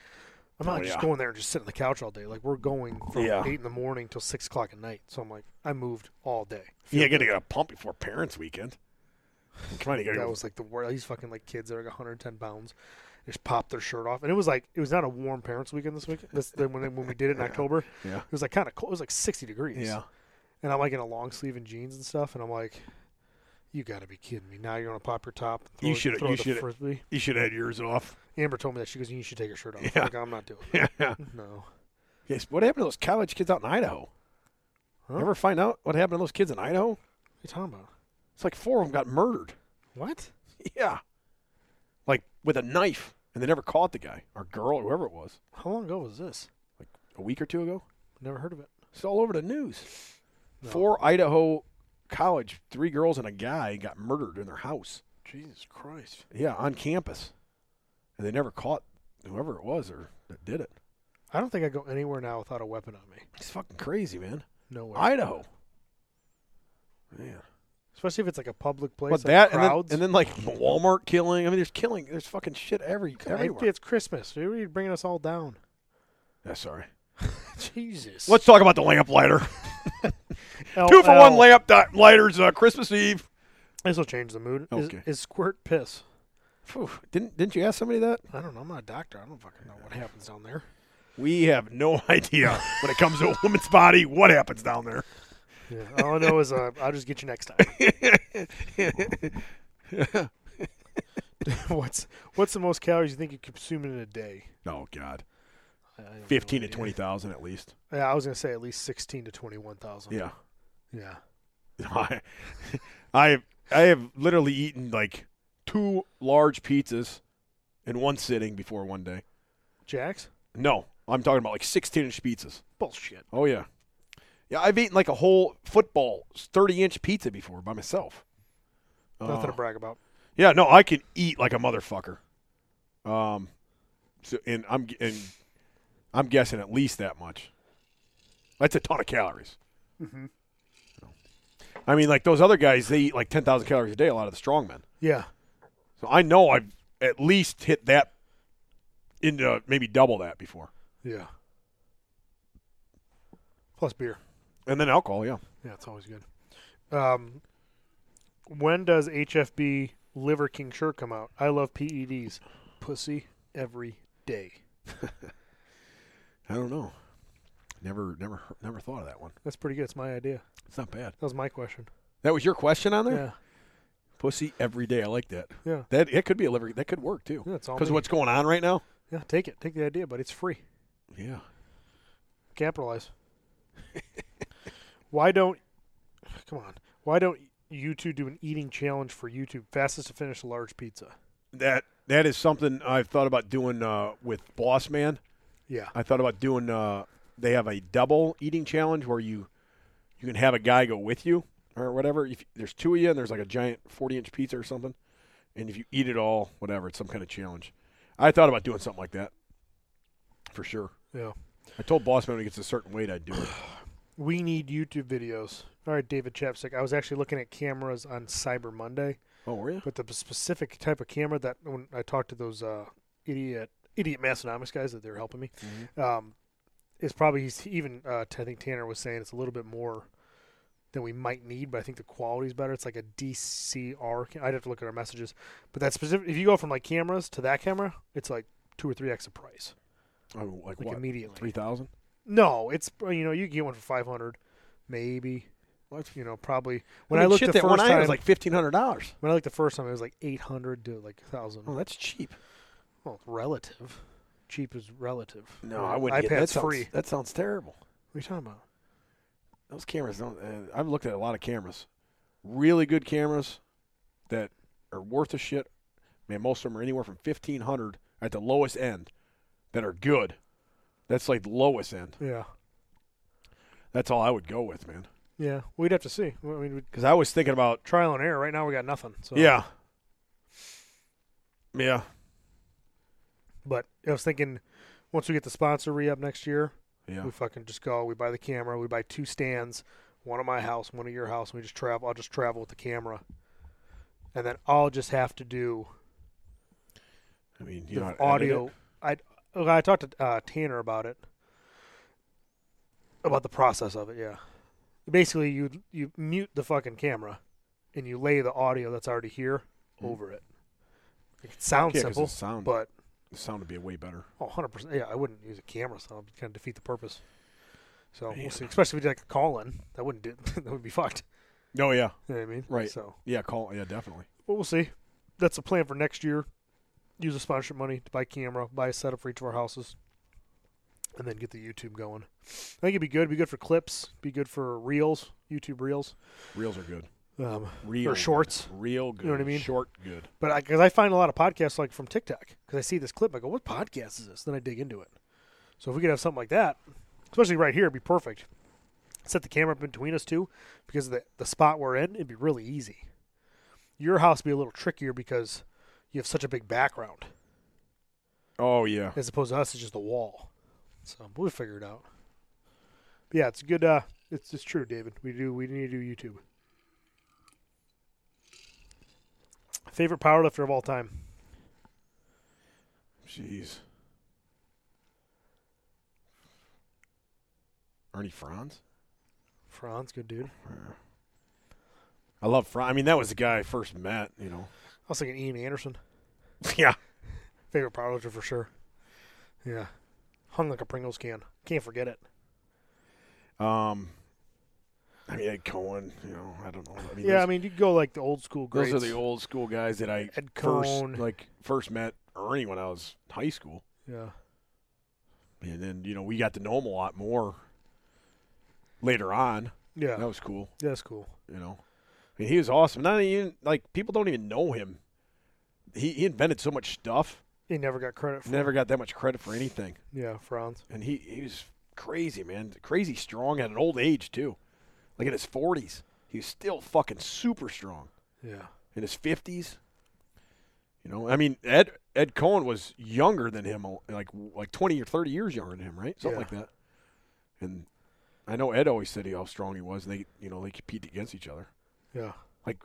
S2: I'm not
S4: Oh,
S2: just
S4: yeah.
S2: going there and just sitting on the couch all day. Like we're going from
S4: Yeah.
S2: eight in the morning till six o'clock at night. So I'm like, I moved all day.
S4: Yeah, gotta get a pump before Parents' Weekend. Come on, you gotta
S2: That
S4: go.
S2: was like the worst. These fucking like kids that are like 110 pounds just popped their shirt off, and it was like it was not a warm parents' weekend this weekend. This then when when we did it in October,
S4: Yeah.
S2: it was like kind of cold. It was like 60 degrees.
S4: Yeah.
S2: and I'm like in a long sleeve and jeans and stuff, and I'm like, "You got to be kidding me! Now you're gonna pop your top." and Throw,
S4: You should-
S2: throw
S4: you
S2: the
S4: should-
S2: frisbee.
S4: You should have yours off.
S2: Amber told me that she goes, "You should take your shirt off."
S4: Yeah.
S2: I'm like, I'm not doing
S4: Yeah.
S2: it. No,
S4: Yes. What happened to those college kids out in Idaho?
S2: Huh?
S4: Ever find out what happened to those kids in Idaho?
S2: what are you talking about?
S4: It's like four of them got murdered.
S2: What?
S4: Yeah. Like with a knife, and they never caught the guy or girl or whoever it was.
S2: How long ago was this?
S4: Like a week or two ago.
S2: Never heard of it.
S4: It's all over the news.
S2: No.
S4: Four Idaho college, three girls and a guy got murdered in their house.
S2: Jesus Christ!
S4: Yeah, on campus. And they never caught whoever it was or that did it.
S2: I don't think I go anywhere now without a weapon on me.
S4: It's fucking crazy, man.
S2: No way.
S4: Idaho. Man.
S2: especially if it's like a public place.
S4: But
S2: But
S4: that and then,
S2: crowds.
S4: and then like the Walmart killing. I mean, there's killing. There's fucking shit every
S2: Hey,
S4: everywhere.
S2: it's Christmas. Dude, you're bringing us all down.
S4: Yeah, sorry.
S2: Jesus.
S4: Let's talk about the lamp lighter.
S2: LL.
S4: Two for one lamp di- lighters uh, Christmas Eve.
S2: This will change the mood.
S4: Okay.
S2: Is, is squirt piss?
S4: Phew. Didn't didn't you ask somebody that?
S2: I don't know. I'm not a doctor. I don't fucking know what happens down there.
S4: We have no idea when it comes to a woman's body what happens down there.
S2: Yeah. All I know is uh, I'll just get you next time. what's What's the most calories you think you consume in a day?
S4: Oh God,
S2: I- I don't know.
S4: fifteen to twenty thousand at least.
S2: Yeah, I was gonna say at least sixteen to twenty-one thousand.
S4: Yeah,
S2: Yeah.
S4: I, I I have literally eaten like two large pizzas in one sitting before one day.
S2: Jax.
S4: No, I'm talking about like sixteen inch pizzas.
S2: Bullshit.
S4: Oh yeah, yeah. I've eaten like a whole football thirty inch pizza before by myself.
S2: Nothing
S4: Uh,
S2: to brag about.
S4: Yeah, no, I can eat like a motherfucker. Um, so and I'm g- and I'm guessing at least that much. That's a ton of calories. I mean, like those other guys, they eat like ten thousand calories a day. A lot of the strongmen.
S2: Yeah.
S4: So I know I've at least hit that into maybe double that before,
S2: Yeah. Plus beer.
S4: and then alcohol. Yeah,
S2: Yeah, it's always good. Um, when does HFB Liver King shirt come out? I love PEDs. Pussy every day.
S4: I don't know. Never, never, never thought of that one.
S2: That's pretty good. It's my idea.
S4: It's not bad.
S2: That was my question.
S4: That was your question on there.
S2: Yeah.
S4: Pussy every day. I like that.
S2: Yeah.
S4: That it could be a liver. That could work too.
S2: Yeah, it's all
S4: Because
S2: me.
S4: what's going on right now?
S2: Yeah, take it. Take the idea, but it's free.
S4: Yeah.
S2: Capitalize. Why don't Come on. Why don't you two do an eating challenge for YouTube fastest to finish a large pizza?
S4: That that is something I've thought about doing uh, with Boss Man.
S2: Yeah.
S4: I thought about doing. Uh, they have a double eating challenge where you you can have a guy go with you or whatever. If there's two of you and there's like a giant forty inch pizza or something, and if you eat it all, whatever, it's some kind of challenge. I thought about doing something like that for sure.
S2: Yeah.
S4: I told Boss Man when he gets a certain weight, I'd do it.
S2: We need YouTube videos. All right, David Chapstick. I was actually looking at cameras on Cyber Monday.
S4: oh, were you?
S2: But the specific type of camera that when I talked to those uh, idiot idiot Massonomics guys that they were helping me,
S4: Mm-hmm.
S2: um, is probably he's even uh, I think Tanner was saying it's a little bit more than we might need, but I think the quality's better. It's like a DCR. ca- I'd have to look at our messages, but that specific. If you go from like cameras to that camera, it's like two or three x the price.
S4: Oh, like,
S2: Like
S4: what?
S2: immediately.
S4: Three thousand?
S2: No, it's uh, you know you can get one for five hundred, maybe. You know, probably when I,
S4: mean,
S2: looked
S4: shit,
S2: the
S4: that
S2: first
S4: one I had
S2: time,
S4: was like fifteen hundred dollars.
S2: when I looked the first time, it was like eight hundred to like thousand.
S4: Oh, that's cheap.
S2: Well, it's relative. Cheap is relative.
S4: No,
S2: Right?
S4: I wouldn't. get, that
S2: iPad's
S4: sounds-
S2: free.
S4: that sounds terrible.
S2: What are you talking about?
S4: Those cameras don't. Uh, I've looked at a lot of cameras, really good cameras that are worth a shit. Man, most of them are anywhere from fifteen hundred at the lowest end that are good. That's like the lowest end.
S2: Yeah,
S4: That's all I would go with, man.
S2: yeah. We'd have to see. I mean, we'd
S4: Because I was thinking about
S2: trial and error. Right now, we got nothing. So
S4: yeah. Yeah.
S2: But I was thinking, once we get the sponsor re up next year,
S4: Yeah.
S2: we fucking just go. We buy the camera. We buy two stands, one at my house, one at your house. And we just travel. I'll just travel with the camera, and then I'll just have to do
S4: I mean, you
S2: the
S4: know, how to edit it?
S2: audio. I well, I talked to uh, Tanner about it, about the process of it. Yeah, basically you you mute the fucking camera, and you lay the audio that's already here over it. It sounds
S4: Hmm. Yeah, 'cause
S2: simple,
S4: the sound,
S2: but
S4: the sound would be way better.
S2: Oh, 100%. Yeah, I wouldn't use a camera, so it'd kind of defeat the purpose. So
S4: Man.
S2: we'll see. Especially if we did like a call in. That wouldn't do That would be fucked.
S4: No, yeah,
S2: You know what I mean?
S4: Right.
S2: So,
S4: yeah, call, yeah, definitely.
S2: but we'll see. That's the plan for next year. Use the sponsorship money to buy camera, buy a setup for each of our houses, and then get the YouTube going. I think it'd be good. It'd be good for clips, be good for reels, YouTube reels,
S4: Reels are good.
S2: um,
S4: Real
S2: or shorts.
S4: good. Real good.
S2: know what I mean?
S4: Short good.
S2: But I because I, find a lot of podcasts like from TikTok because I see this clip, I go, "What podcast is this?" Then I dig into it. So if we could have something like that, especially right here, it'd be perfect. Set the camera up between us too, because of the the spot we're in, it'd be really easy. Your house would be a little trickier because you have such a big background,
S4: Oh yeah.
S2: as opposed to us, it's just a wall. So we'll figure it out. But yeah, it's good. Uh, it's it's true, David. We do we need to do YouTube. Favorite powerlifter of all time.
S4: Jeez. Ernie Franz.
S2: Franz, good dude.
S4: I love Franz. I mean, that was the guy I first met. You know.
S2: I was thinking Ian Anderson,
S4: yeah.
S2: favorite powerlifter for sure. Yeah, hung like a Pringles can. Can't forget it.
S4: Um. I mean, Ed Cohen. You know, I don't know. I mean,
S2: Yeah, I
S4: those,
S2: mean you go like the old school greats.
S4: those are the old school guys that I
S2: Ed
S4: first
S2: Cohn.
S4: like first met Ernie when I was in high school,
S2: yeah,
S4: and then you know we got to know him a lot more later on.
S2: yeah,
S4: That was cool.
S2: that's cool.
S4: You know, I mean, he was awesome. Not even like people don't even know him. He he invented so much stuff.
S2: He never got credit for.
S4: Never got that much credit for anything,
S2: Yeah, Franz.
S4: and he he was crazy, man. Crazy strong at an old age too. Like in his forties, he was still fucking super strong.
S2: Yeah,
S4: In his fifties, you know, I mean, Ed Ed Cohen was younger than him, like like twenty or thirty years younger than him, right? Something
S2: Yeah.
S4: like that. And I know Ed always said he, how strong he was. And they you know they compete against each other.
S2: yeah,
S4: like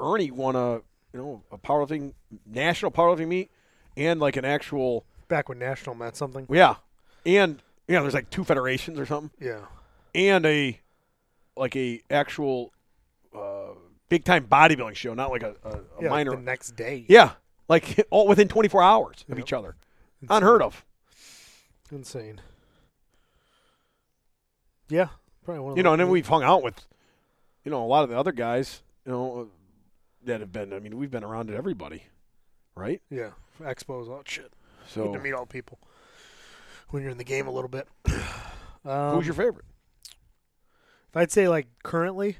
S4: Ernie won a you know a powerlifting national powerlifting meet and like an actual
S2: back when national meant something.
S4: yeah and yeah there's like two federations or something
S2: Yeah,
S4: and a like a actual uh, big time bodybuilding show not like a, a, a
S2: yeah, like
S4: minor
S2: the next day.
S4: yeah like all within 24 hours
S2: Yep.
S4: of each other unheard of
S2: Insane. Yeah, probably one. Of
S4: you know and then
S2: we
S4: we've hung out with you know a lot of the other guys you know that have been I mean we've been around to everybody right
S2: yeah expos. Oh shit,
S4: so
S2: good to meet all people when you're in the game a little bit. Um,
S4: who's your favorite
S2: If I'd say like currently,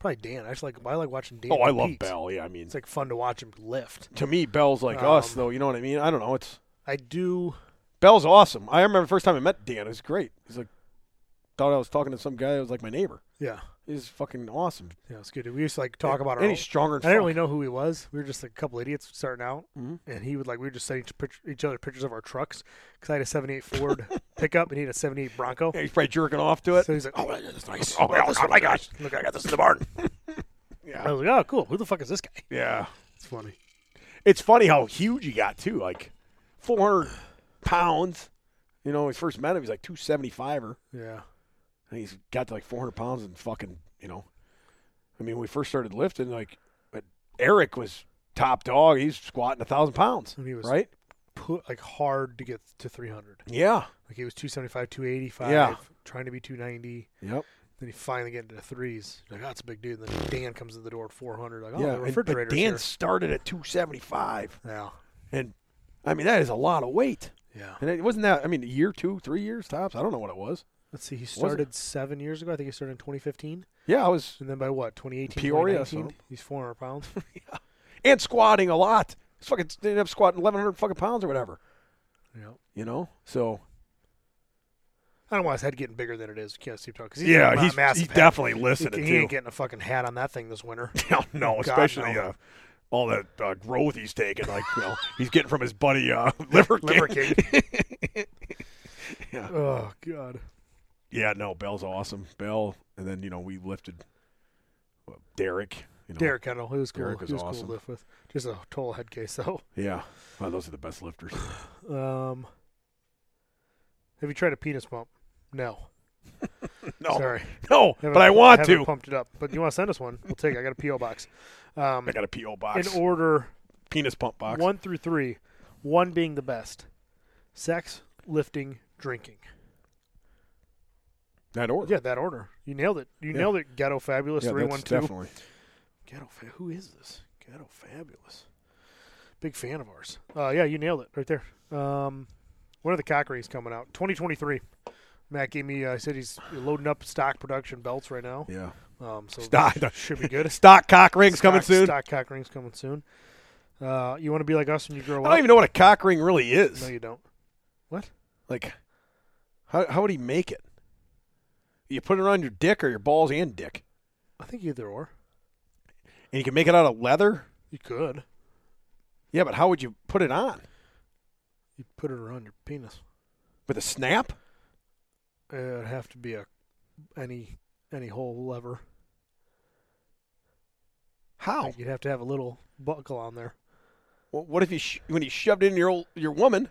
S2: probably Dan. I just like I like watching Dan.
S4: oh I love
S2: compete.
S4: Bell yeah I mean
S2: It's like fun to watch him lift.
S4: to me, Bell's like us,
S2: Um,
S4: though. You know what I mean? I don't know. It's
S2: I do.
S4: Bell's awesome. I remember the first time I met Dan. It was great. He's like, thought I was talking to some guy that was like my neighbor.
S2: Yeah,
S4: He's fucking awesome.
S2: yeah, it's good. We used to like talk about our.
S4: and
S2: own-
S4: he's
S2: I
S4: stronger. Than
S2: didn't
S4: fuck.
S2: really know who he was. We were just like a couple idiots starting out,
S4: Mhm.
S2: and he would like we were just sending each, picture, each other pictures of our trucks because I had a '78 Ford pickup and he had a '78 Bronco.
S4: Yeah, he's probably jerking off to it.
S2: So he's like, "Oh, I got this nice.
S4: Oh, yeah, oh my gosh!
S2: Look,
S4: Look, I got this in the barn.
S2: I was like, "Oh, cool. Who the fuck is this guy?"
S4: yeah,
S2: It's funny.
S4: it's funny how huge he got too. Like, four hundred pounds. You know, when we first met him, he's like two seventy five or,
S2: Yeah,
S4: and he's got to like four hundred pounds and fucking. You know, I mean, when we first started lifting, like, but Eric was top dog. He's squatting a thousand pounds.
S2: And he was-
S4: right.
S2: put like hard to get to 300.
S4: Yeah.
S2: Like he was 275, 285,
S4: Yeah.
S2: trying to be 290.
S4: Yep.
S2: Then you finally get into the threes. You're Like, oh, that's a big dude. And then Dan comes in the door at 400. Like, oh,
S4: yeah.
S2: the
S4: and- but
S2: refrigerator's
S4: Dan
S2: here.
S4: started at 275,
S2: Yeah,
S4: and I mean that is a lot of weight.
S2: yeah.
S4: And it wasn't that. I mean, a year, two, three years tops. I don't know what it was.
S2: Let's see. He
S4: it?
S2: started seven years ago. I think he started in 2015.
S4: Yeah, I was
S2: And then by what, 2018,
S4: Peoria,
S2: 2019?
S4: so.
S2: He's 400 pounds.
S4: and squatting a lot. It's fucking ended up squatting 1,100 fucking pounds or whatever.
S2: yeah.
S4: You know. So
S2: I don't want his head getting bigger than it is. You can't see talk. He's
S4: yeah,
S2: got a
S4: he's,
S2: massive
S4: he's
S2: head.
S4: definitely
S2: He,
S4: listening
S2: he ain't
S4: to.
S2: getting a fucking hat on that thing this winter.
S4: no,
S2: God,
S4: especially
S2: no.
S4: uh, all that uh, growth he's taking, like you know, he's getting from his buddy uh, Liver King.
S2: Liver King.
S4: Yeah.
S2: Oh God.
S4: Yeah, no, Bell's awesome. Bell, and then you know we lifted well, Derek. You know,
S2: Derek Kendall, he was cool.
S4: Derek is
S2: he was cool
S4: awesome.
S2: to live with. Just a total head case though.
S4: Yeah, wow, those are the best lifters.
S2: Um, have you tried a penis pump? No.
S4: No,
S2: Sorry.
S4: no,
S2: Haven't-
S4: but I want
S2: haven't
S4: to.
S2: pumped it up. But you want to send us one? We'll take. it. I got a PO box. Um,
S4: I got a PO
S2: in
S4: box,
S2: order
S4: penis pump box.
S2: one through three, one being the best: sex, lifting, drinking.
S4: that order.
S2: Yeah, that order. You nailed it. You
S4: Yeah.
S2: nailed it. Ghetto fabulous three one two.
S4: definitely.
S2: Ghetto. Fa- who is this? Ghetto fabulous. Big fan of ours. Uh, yeah, you nailed it right there. Um, when are the cockeries coming out? 2023. Matt gave me. I uh, he said he's loading up stock production belts right now.
S4: Yeah,
S2: Um, so
S4: Stock-
S2: that should be good.
S4: stock cock rings coming
S2: Stock-
S4: soon.
S2: Stock cock rings coming soon. Uh, you want to be like us when you grow
S4: I don't
S2: up?
S4: even know what a cock ring really
S2: No,
S4: is.
S2: you don't.
S4: Like, how how would he make it? You put it on your dick or your balls and dick,
S2: I think either or.
S4: and you can make it out of leather.
S2: You could.
S4: Yeah, but how would you put it on?
S2: You put it around your penis.
S4: With a snap?
S2: Uh, It'd have to be a any any hole lever.
S4: How?
S2: Like, you'd have to have a little buckle on there.
S4: Well, what if you sh- when you shoved it in your old, your woman?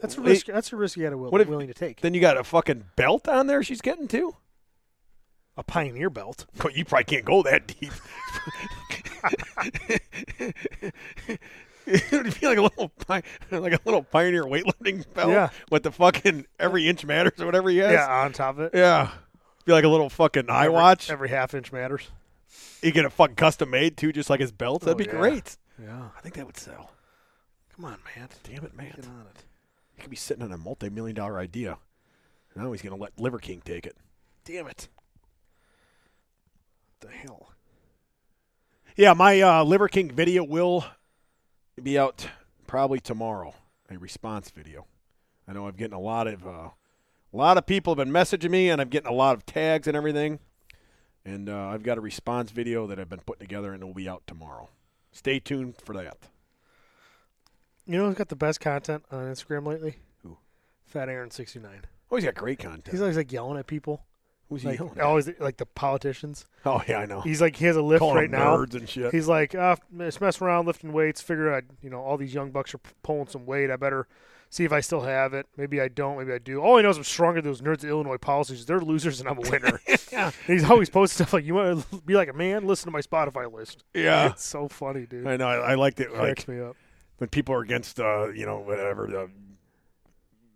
S2: That's a
S4: Wait.
S2: risk. That's a risk you got to will,
S4: What if-
S2: willing to take.
S4: Then you got a fucking belt on there. She's getting to.
S2: a pioneer belt.
S4: But you probably can't go that deep. it would be like a little pi- like a little pioneer weightlifting belt
S2: Yeah.
S4: with the fucking every inch matters or whatever he has.
S2: Yeah, on top of it.
S4: Yeah. Be like a little fucking eye
S2: Every-
S4: watch.
S2: Every half inch matters.
S4: You get a fucking custom made too, just like his belt. That'd
S2: Oh,
S4: be
S2: yeah.
S4: great.
S2: Yeah.
S4: I think that would sell.
S2: Come on, man.
S4: Damn it, man.
S2: Get on it.
S4: He could be sitting on a multi million dollar idea. Now he's gonna let Liver King take it.
S2: Damn it. What the hell?
S4: Yeah, my uh, Liver King video will be out probably tomorrow. A response video. I know I'm getting a lot of uh, a lot of people have been messaging me, and I'm getting a lot of tags and everything. And uh, I've got a response video that I've been putting together, and it will be out tomorrow. Stay tuned for that.
S2: You know who's got the best content on Instagram lately?
S4: Who?
S2: Fat Aaron sixty nine.
S4: Oh, he's got great content.
S2: He's always like yelling at people.
S4: Who's he
S2: Like
S4: yelling? at?
S2: always like the politicians.
S4: Oh yeah, I know.
S2: He's like he has a lift
S4: Calling
S2: right
S4: them
S2: now.
S4: nerds and shit.
S2: He's like, uh, just mess around lifting weights. Figure I, you know, all these young bucks are pulling some weight. I better see if I still have it. Maybe I don't. Maybe I do. All I know is I'm stronger than those nerds at Illinois policies. They're losers and I'm a winner.
S4: Yeah.
S2: And he's always posting stuff like, "You want to be like a man? Listen to my Spotify list."
S4: yeah,
S2: It's so funny, dude.
S4: I know. I, I liked it. Like
S2: Cracks me up.
S4: when people are against, uh, you know, whatever. The,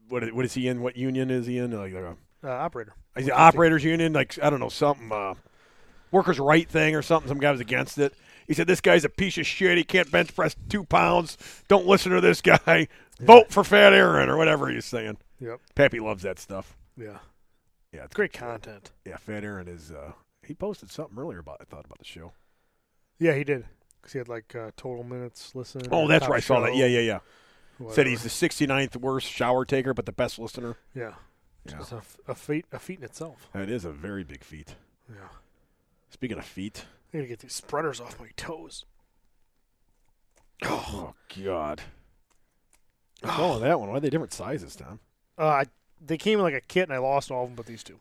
S4: what what is he in? What union is he in? Like. Uh,
S2: Uh, operator.
S4: Is the operators union like I don't know something uh, workers' right thing or something? Some guy was against it. He said this guy's a piece of shit. He can't bench press two pounds. Don't listen to this guy. Vote for Fat Aaron or whatever he's saying.
S2: Yep.
S4: Pappy loves that stuff.
S2: Yeah.
S4: Yeah, it's
S2: Great content.
S4: Yeah, Fat Aaron is. Uh, he posted something earlier about I thought about the show.
S2: Yeah, he did. Because he had like uh, total minutes listened.
S4: Oh,
S2: or
S4: that's
S2: top
S4: where I saw that.
S2: show,
S4: Yeah, yeah, yeah. Said
S2: whatever.
S4: he's the 69th worst shower taker, but the best listener.
S2: yeah.
S4: Yeah.
S2: It's a, f- a feat, a feat in itself.
S4: That is a very big feat.
S2: Yeah.
S4: Speaking of feet,
S2: I gotta get these spreaders off my toes.
S4: oh god, oh that one. Why are they different sizes, Tom?
S2: Uh, I, they came in like a kit, and I lost all of them but these two.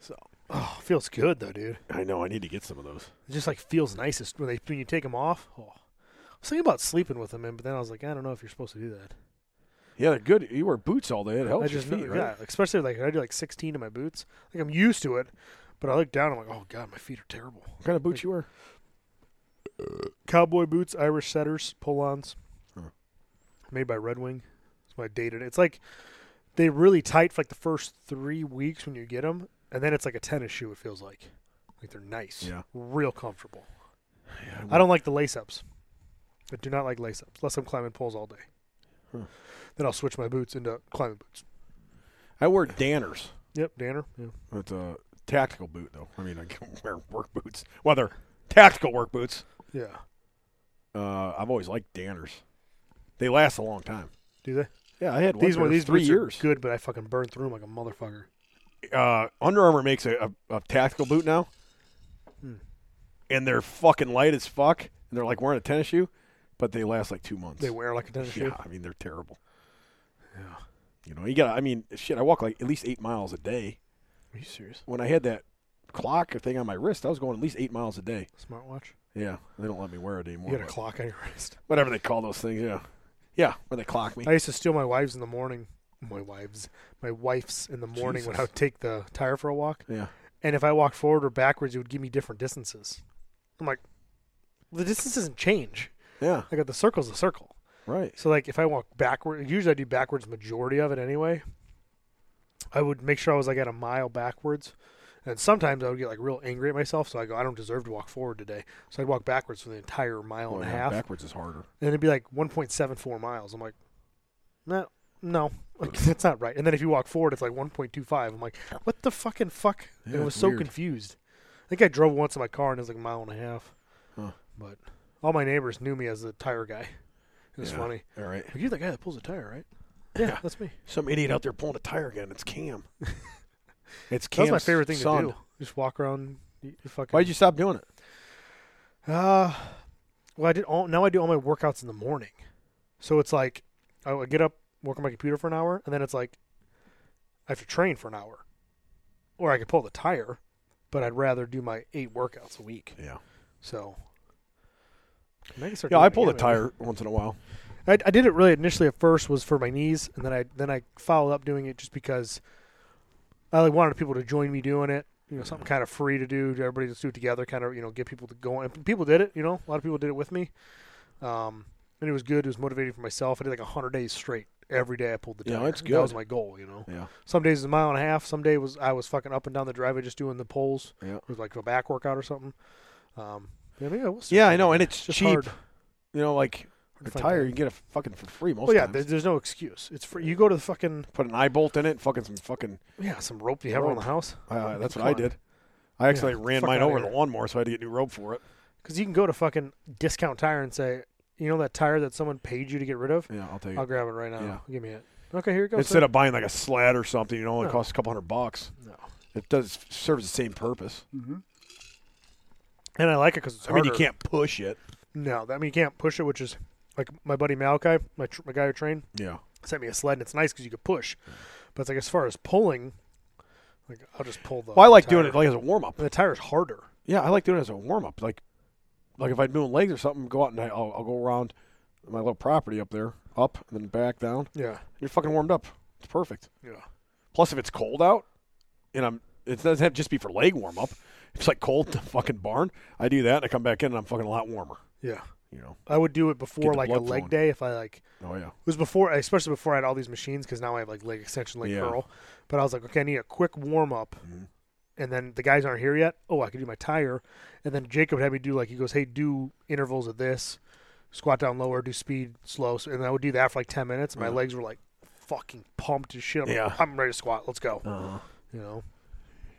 S2: so, oh, feels good though, dude.
S4: I know. I need to get some of those.
S2: It just like feels nicest when they when you take them off. Oh. I was thinking about sleeping with them in, but then I was like, I don't know if you're supposed to do that.
S4: Yeah, they're good. You wear boots all day. It helps
S2: I just
S4: your
S2: need,
S4: feet, right?
S2: yeah, especially like I do like 16 in my boots. Like I'm used to it, but I look down, I'm like, oh god, my feet are terrible.
S4: What kind of boots you wear?
S2: Cowboy boots, Irish setters, pull-ons,
S4: Huh.
S2: made by Red Wing. It's my dated. It's like they really tight for like the first three weeks when you get them, and then it's like a tennis shoe. It feels like, like they're nice,
S4: Yeah.
S2: real comfortable.
S4: Yeah,
S2: I don't like the lace-ups. I do not like lace-ups unless I'm climbing poles all day.
S4: Huh.
S2: Then I'll switch my boots into climbing boots.
S4: I wear Danners.
S2: Yep, Danner. Yeah.
S4: It's a tactical boot, though. I mean, I can wear work boots. Well, they're tactical work boots.
S2: yeah.
S4: Uh, I've always liked Danners. They last a long time.
S2: Do they?
S4: Yeah, I had
S2: These
S4: one
S2: were
S4: for
S2: these
S4: three
S2: boots
S4: years.
S2: Are good, but I fucking burned through them like a motherfucker. Hmm.
S4: Uh, Under Armour makes a, a, a tactical boot now, and they're fucking light as fuck, and they're like wearing a tennis shoe, but they last like two months.
S2: They wear like a tennis
S4: Yeah,
S2: shoe.
S4: I mean they're terrible. Yeah, you know you got. to I mean, shit. I walk like at least eight miles a day.
S2: Are you serious?
S4: When I had that clock or thing on my wrist, I was going at least eight miles a day.
S2: Smartwatch?
S4: Yeah, they don't let me wear it anymore.
S2: You got a
S4: but
S2: clock on your wrist.
S4: whatever they call those things. Yeah, yeah, where they clock me.
S2: I used to steal my wives in the morning. My wives, my wife's in the morning when I
S4: Jesus.
S2: would take the tire for a walk,
S4: yeah,
S2: and if I walked forward or backwards, it would give me different distances. I'm like, the distance doesn't change.
S4: yeah,
S2: I got the circle's a circle.
S4: right.
S2: So like if I walk backward, usually I do backwards majority of it anyway. I would make sure I was like at a mile backwards, and sometimes I would get like real angry at myself. So I go, I don't deserve to walk forward today. So I'd walk backwards for the entire mile
S4: Oh,
S2: and a
S4: yeah,
S2: half,
S4: backwards is harder.
S2: and it'd be like 1.74 miles. I'm like, no, no, like, that's not right. And then if you walk forward, it's like 1.25. I'm like, what the fucking fuck? And
S4: Yeah,
S2: I was
S4: it's
S2: so
S4: weird.
S2: confused. I think I drove once in my car and it was like a mile and a half.
S4: Huh.
S2: But all my neighbors knew me as the tire guy. It was
S4: Yeah.
S2: funny.
S4: All right.
S2: You're the guy that pulls a tire, right? Yeah, that's me.
S4: Some idiot out there pulling a tire again. It's Cam. it's Cam.
S2: That's my favorite thing to do. Just walk around. You, you fucking.
S4: Why'd you stop doing it?
S2: Uh, well, I did all. Now I do all my workouts in the morning, so it's like I would get up, work on my computer for an hour, and then it's like I have to train for an hour, or I could pull the tire, but I'd rather do my eight workouts a week.
S4: Yeah.
S2: So. I can start
S4: Yeah,
S2: doing
S4: I
S2: it
S4: pull the
S2: again, maybe.
S4: tire once in a while.
S2: I, I did it really initially at first was for my knees, and then I then I followed up doing it just because I like wanted people to join me doing it. You know, something kind of free to do. Everybody just do it together, kind of you know get people to go. And people did it. You know, a lot of people did it with me, um, and it was good. It was motivating for myself. I did like hundred days straight. Every day I pulled the
S4: Yeah,
S2: tire.
S4: that's
S2: That was
S4: good.
S2: my goal. You know,
S4: Yeah.
S2: some days it was a mile and a half. Some day was I was fucking up and down the driveway just doing the poles.
S4: Yeah.
S2: It was like a back workout or something. Um, yeah, maybe I will start
S4: Yeah, I
S2: doing
S4: know,
S2: it.
S4: and it's
S2: just
S4: cheap.
S2: hard.
S4: You know, like
S2: Hard
S4: a
S2: to find
S4: tire
S2: time.
S4: you can get it fucking for free most
S2: Well, yeah,
S4: times.
S2: there- there's no excuse. It's free. You go to the fucking
S4: Put an eye bolt in it, fucking some fucking.
S2: yeah, some rope you have around the
S4: Rope.
S2: house.
S4: Uh, that's
S2: Come
S4: what I
S2: on.
S4: did. I actually ran
S2: fuck
S4: mine
S2: outta
S4: over the
S2: here.
S4: lawnmower, so I had to get new rope for it.
S2: Because you can go to fucking discount tire and say, you know that tire that someone paid you to get rid of?
S4: Yeah, I'll take
S2: I'll grab it right now.
S4: Yeah.
S2: Give me it. Okay, here it goes.
S4: Instead of buying like a slat or something, you know, it only
S2: No.
S4: costs a couple hundred bucks.
S2: No.
S4: It does serves the same purpose.
S2: and I like it because it's
S4: I mean,
S2: harder.
S4: you can't push it.
S2: No, that, I mean you can't push it, which is like my buddy Malachi, my tr- my guy who trained,
S4: Yeah.
S2: sent me a sled, and it's nice because you could push. But it's like as far as pulling, like I'll just pull the.
S4: Well, I like doing
S2: tire.
S4: it like as a warm up.
S2: And the tire's harder.
S4: Yeah, I like doing it as a warm up. Like, like if I'm doing legs or something, go out and I, I'll, I'll go around my little property up there, up and then back down.
S2: Yeah.
S4: You're fucking warmed up. It's perfect.
S2: Yeah.
S4: Plus, if it's cold out, and I'm, it doesn't have to just be for leg warm up. It's like cold in the fucking barn. I do that and I come back in and I'm fucking a lot warmer.
S2: Yeah.
S4: You know.
S2: I would do it before
S4: the
S2: like a
S4: blood
S2: leg
S4: flowing.
S2: day if I like
S4: Oh yeah.
S2: It was before, especially before I had all these machines, because now I have like leg extension, leg
S4: Yeah. Mm-hmm.
S2: curl. But I was like, okay, I need a quick warm up, and then the guys aren't here yet. Oh, I could do my tire, and then Jacob had me do like he goes, hey, do intervals of this, squat down lower, do speed slow, so, and I would do that for like ten minutes. And my legs were like fucking pumped as shit. I'm, like,
S4: Uh-huh. Yeah. Uh-huh.
S2: I'm ready to squat. Let's go. You know,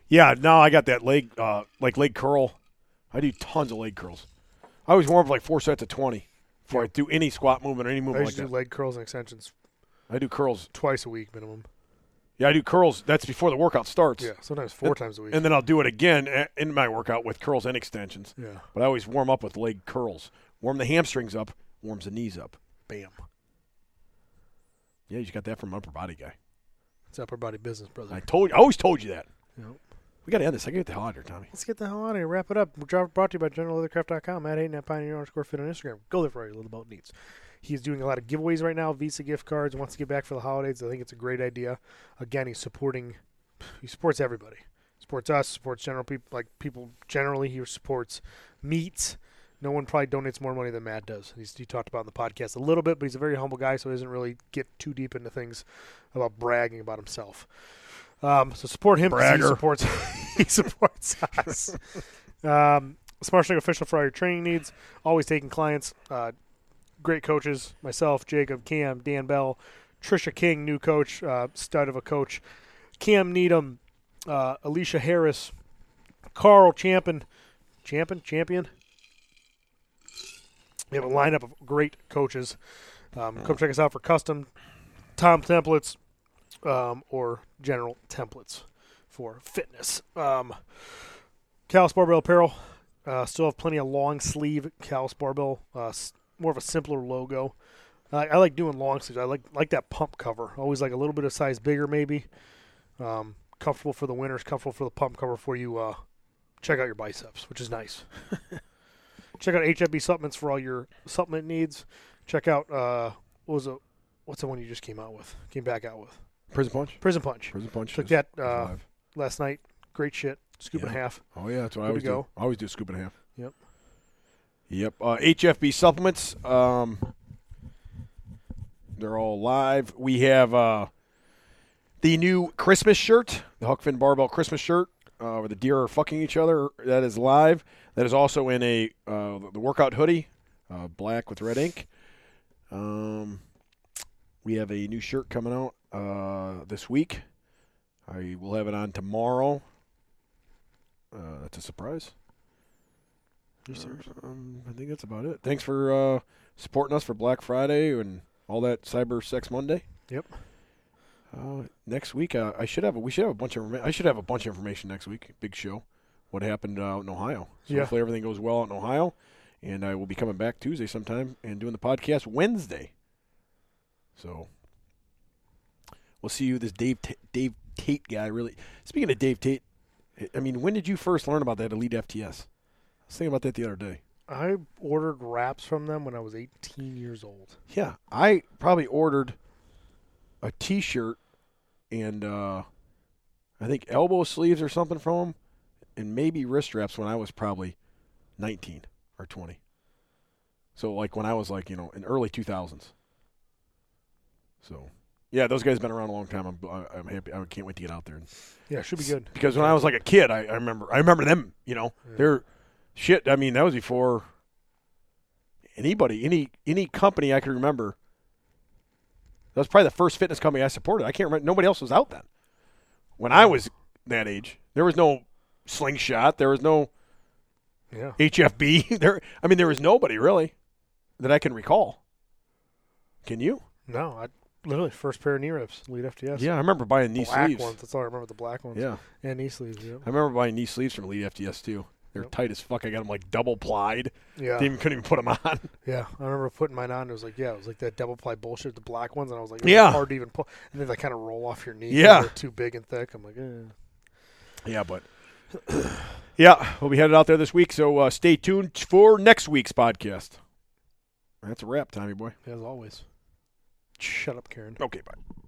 S4: Yeah. Now I got that leg, uh, like leg curl. I do tons of leg curls. I always warm up like four sets of twenty before I do any squat movement or any
S2: I
S4: movement like
S2: used to
S4: that.
S2: do leg curls and extensions
S4: I do curls.
S2: twice a week minimum.
S4: Yeah, I do curls. That's before the workout starts.
S2: Yeah, sometimes four times a week.
S4: and then I'll do it again a- in my workout with curls and extensions.
S2: yeah,
S4: But I always warm up with leg curls. Warm the hamstrings up, warms the knees up.
S2: bam.
S4: Yeah, you just got that from upper body guy.
S2: It's upper body business, brother.
S4: I told you. I always told you that.
S2: Yep.
S4: We got to end this. I can get the hell out of here, Tommy.
S2: Let's get the hell out of here. Wrap it up. We're dro- brought to you by GeneralLeathercraft.com. Matt Hayden at Pioneer underscore fit on Instagram. Go there for your little boat needs. He's doing a lot of giveaways right now. Visa gift cards. Wants to get back for the holidays. I think it's a great idea. Again, he's supporting. He supports everybody. Supports us. Supports general people. Like people generally, he supports meats. No one probably donates more money than Matt does. He's, he talked about in the podcast a little bit, but he's a very humble guy, so he doesn't really get too deep into things about bragging about himself. Um, so support him. 'cause He
S4: Bragger.
S2: supports. he supports us. um, Smart String official for all your training needs. Always taking clients. Uh, great coaches. Myself, Jacob, Cam, Dan Bell, Trisha King, new coach, uh, stud of a coach. Cam Needham, uh, Alicia Harris, Carl Champion, Champion, Champion. We have a lineup of great coaches. Um, Come check us out for custom Tom templates um, or general templates for fitness. Um, Cal Sparbell Apparel, Uh, still have plenty of long sleeve Callus barbell. Uh, s- more of a simpler logo. I I like doing long sleeves. I like like that pump cover. Always like a little bit of size bigger, maybe. Um, comfortable for the winters. Comfortable for the pump cover for you. Uh, check out your biceps, which is nice. check out HFB supplements for all your supplement needs. Check out uh, what was it? What's the one you just came out with? Came back out with
S3: Prison Punch.
S2: Prison Punch.
S3: Prison Punch.
S2: Took
S3: is-
S2: that
S3: is
S2: uh,
S3: live.
S2: last night. Great shit. Scoop and a
S4: Yeah.
S2: half.
S4: Oh yeah, that's what I
S2: Good
S4: always
S2: to go.
S4: do. I always do a scoop and a half.
S2: Yep.
S4: Yep. Uh, HFB supplements. Um, they're all live. We have uh, the new Christmas shirt, the Huck Finn Barbell Christmas shirt, uh, where the deer are fucking each other. That is live. That is also in a uh, the workout hoodie, uh, black with red ink. Um, we have a new shirt coming out uh, this week. I will have it on tomorrow. Uh, that's a surprise.
S3: You serious?
S4: Um, I think that's about it. Thanks for uh, supporting us for Black Friday and all that Cyber Sex Monday.
S2: Yep.
S4: Uh, next week, uh, I should have a, we should have a bunch of informa- I should have a bunch of information next week. Big show. What happened uh, out in Ohio? So
S2: Yeah.
S4: Hopefully everything goes well out in Ohio, and I will be coming back Tuesday sometime and doing the podcast Wednesday. So we'll see you. This Dave T- Dave Tate guy really. Speaking of Dave Tate, I mean, when did you first learn about that Elite FTS? I was thinking about that the other day.
S2: I ordered wraps from them when I was 18 years old.
S4: Yeah, I probably ordered a T-shirt and uh, I think elbow sleeves or something from him, and maybe wrist straps when I was probably nineteen or twenty. So like when I was like you know in early two thousands. So yeah, those guys been around a long time. I'm I- I'm happy. I can't wait to get out there and
S2: Yeah, should be good.
S4: because when I was like a kid, I, I remember I remember them. You know,
S2: Yeah.
S4: they're shit. I mean, that was before anybody, any any company I could remember. That was probably the first fitness company I supported. I can't remember. Nobody else was out then. When I was that age, there was no slingshot. There was no
S2: Yeah.
S4: HFB. There, I mean, there was nobody really that I can recall. Can you?
S2: No, I literally first pair of knee wraps, lead FTS.
S4: Yeah, I remember buying knee
S2: black
S4: sleeves.
S2: ones. That's all I remember. The black ones.
S4: Yeah.
S2: And knee sleeves. Yeah.
S4: I remember buying knee sleeves from Elite FTS too. They're
S2: Yep.
S4: tight as fuck. I got them like double plied.
S2: Yeah.
S4: Didn't even, couldn't even put them on.
S2: yeah. I remember putting mine on. It was like, yeah, it was like that double ply bullshit, the black ones. And I was like, it was
S4: Yeah.
S2: hard to even pull. And then they kind of roll off your knee. 'cause
S4: Yeah.
S2: They're too big and thick. I'm like, eh.
S4: Yeah, but yeah, we'll be headed out there this week. So uh, stay tuned for next week's podcast. That's a wrap, Tommy boy.
S2: As always. Shut up, Karen.
S4: Okay, bye.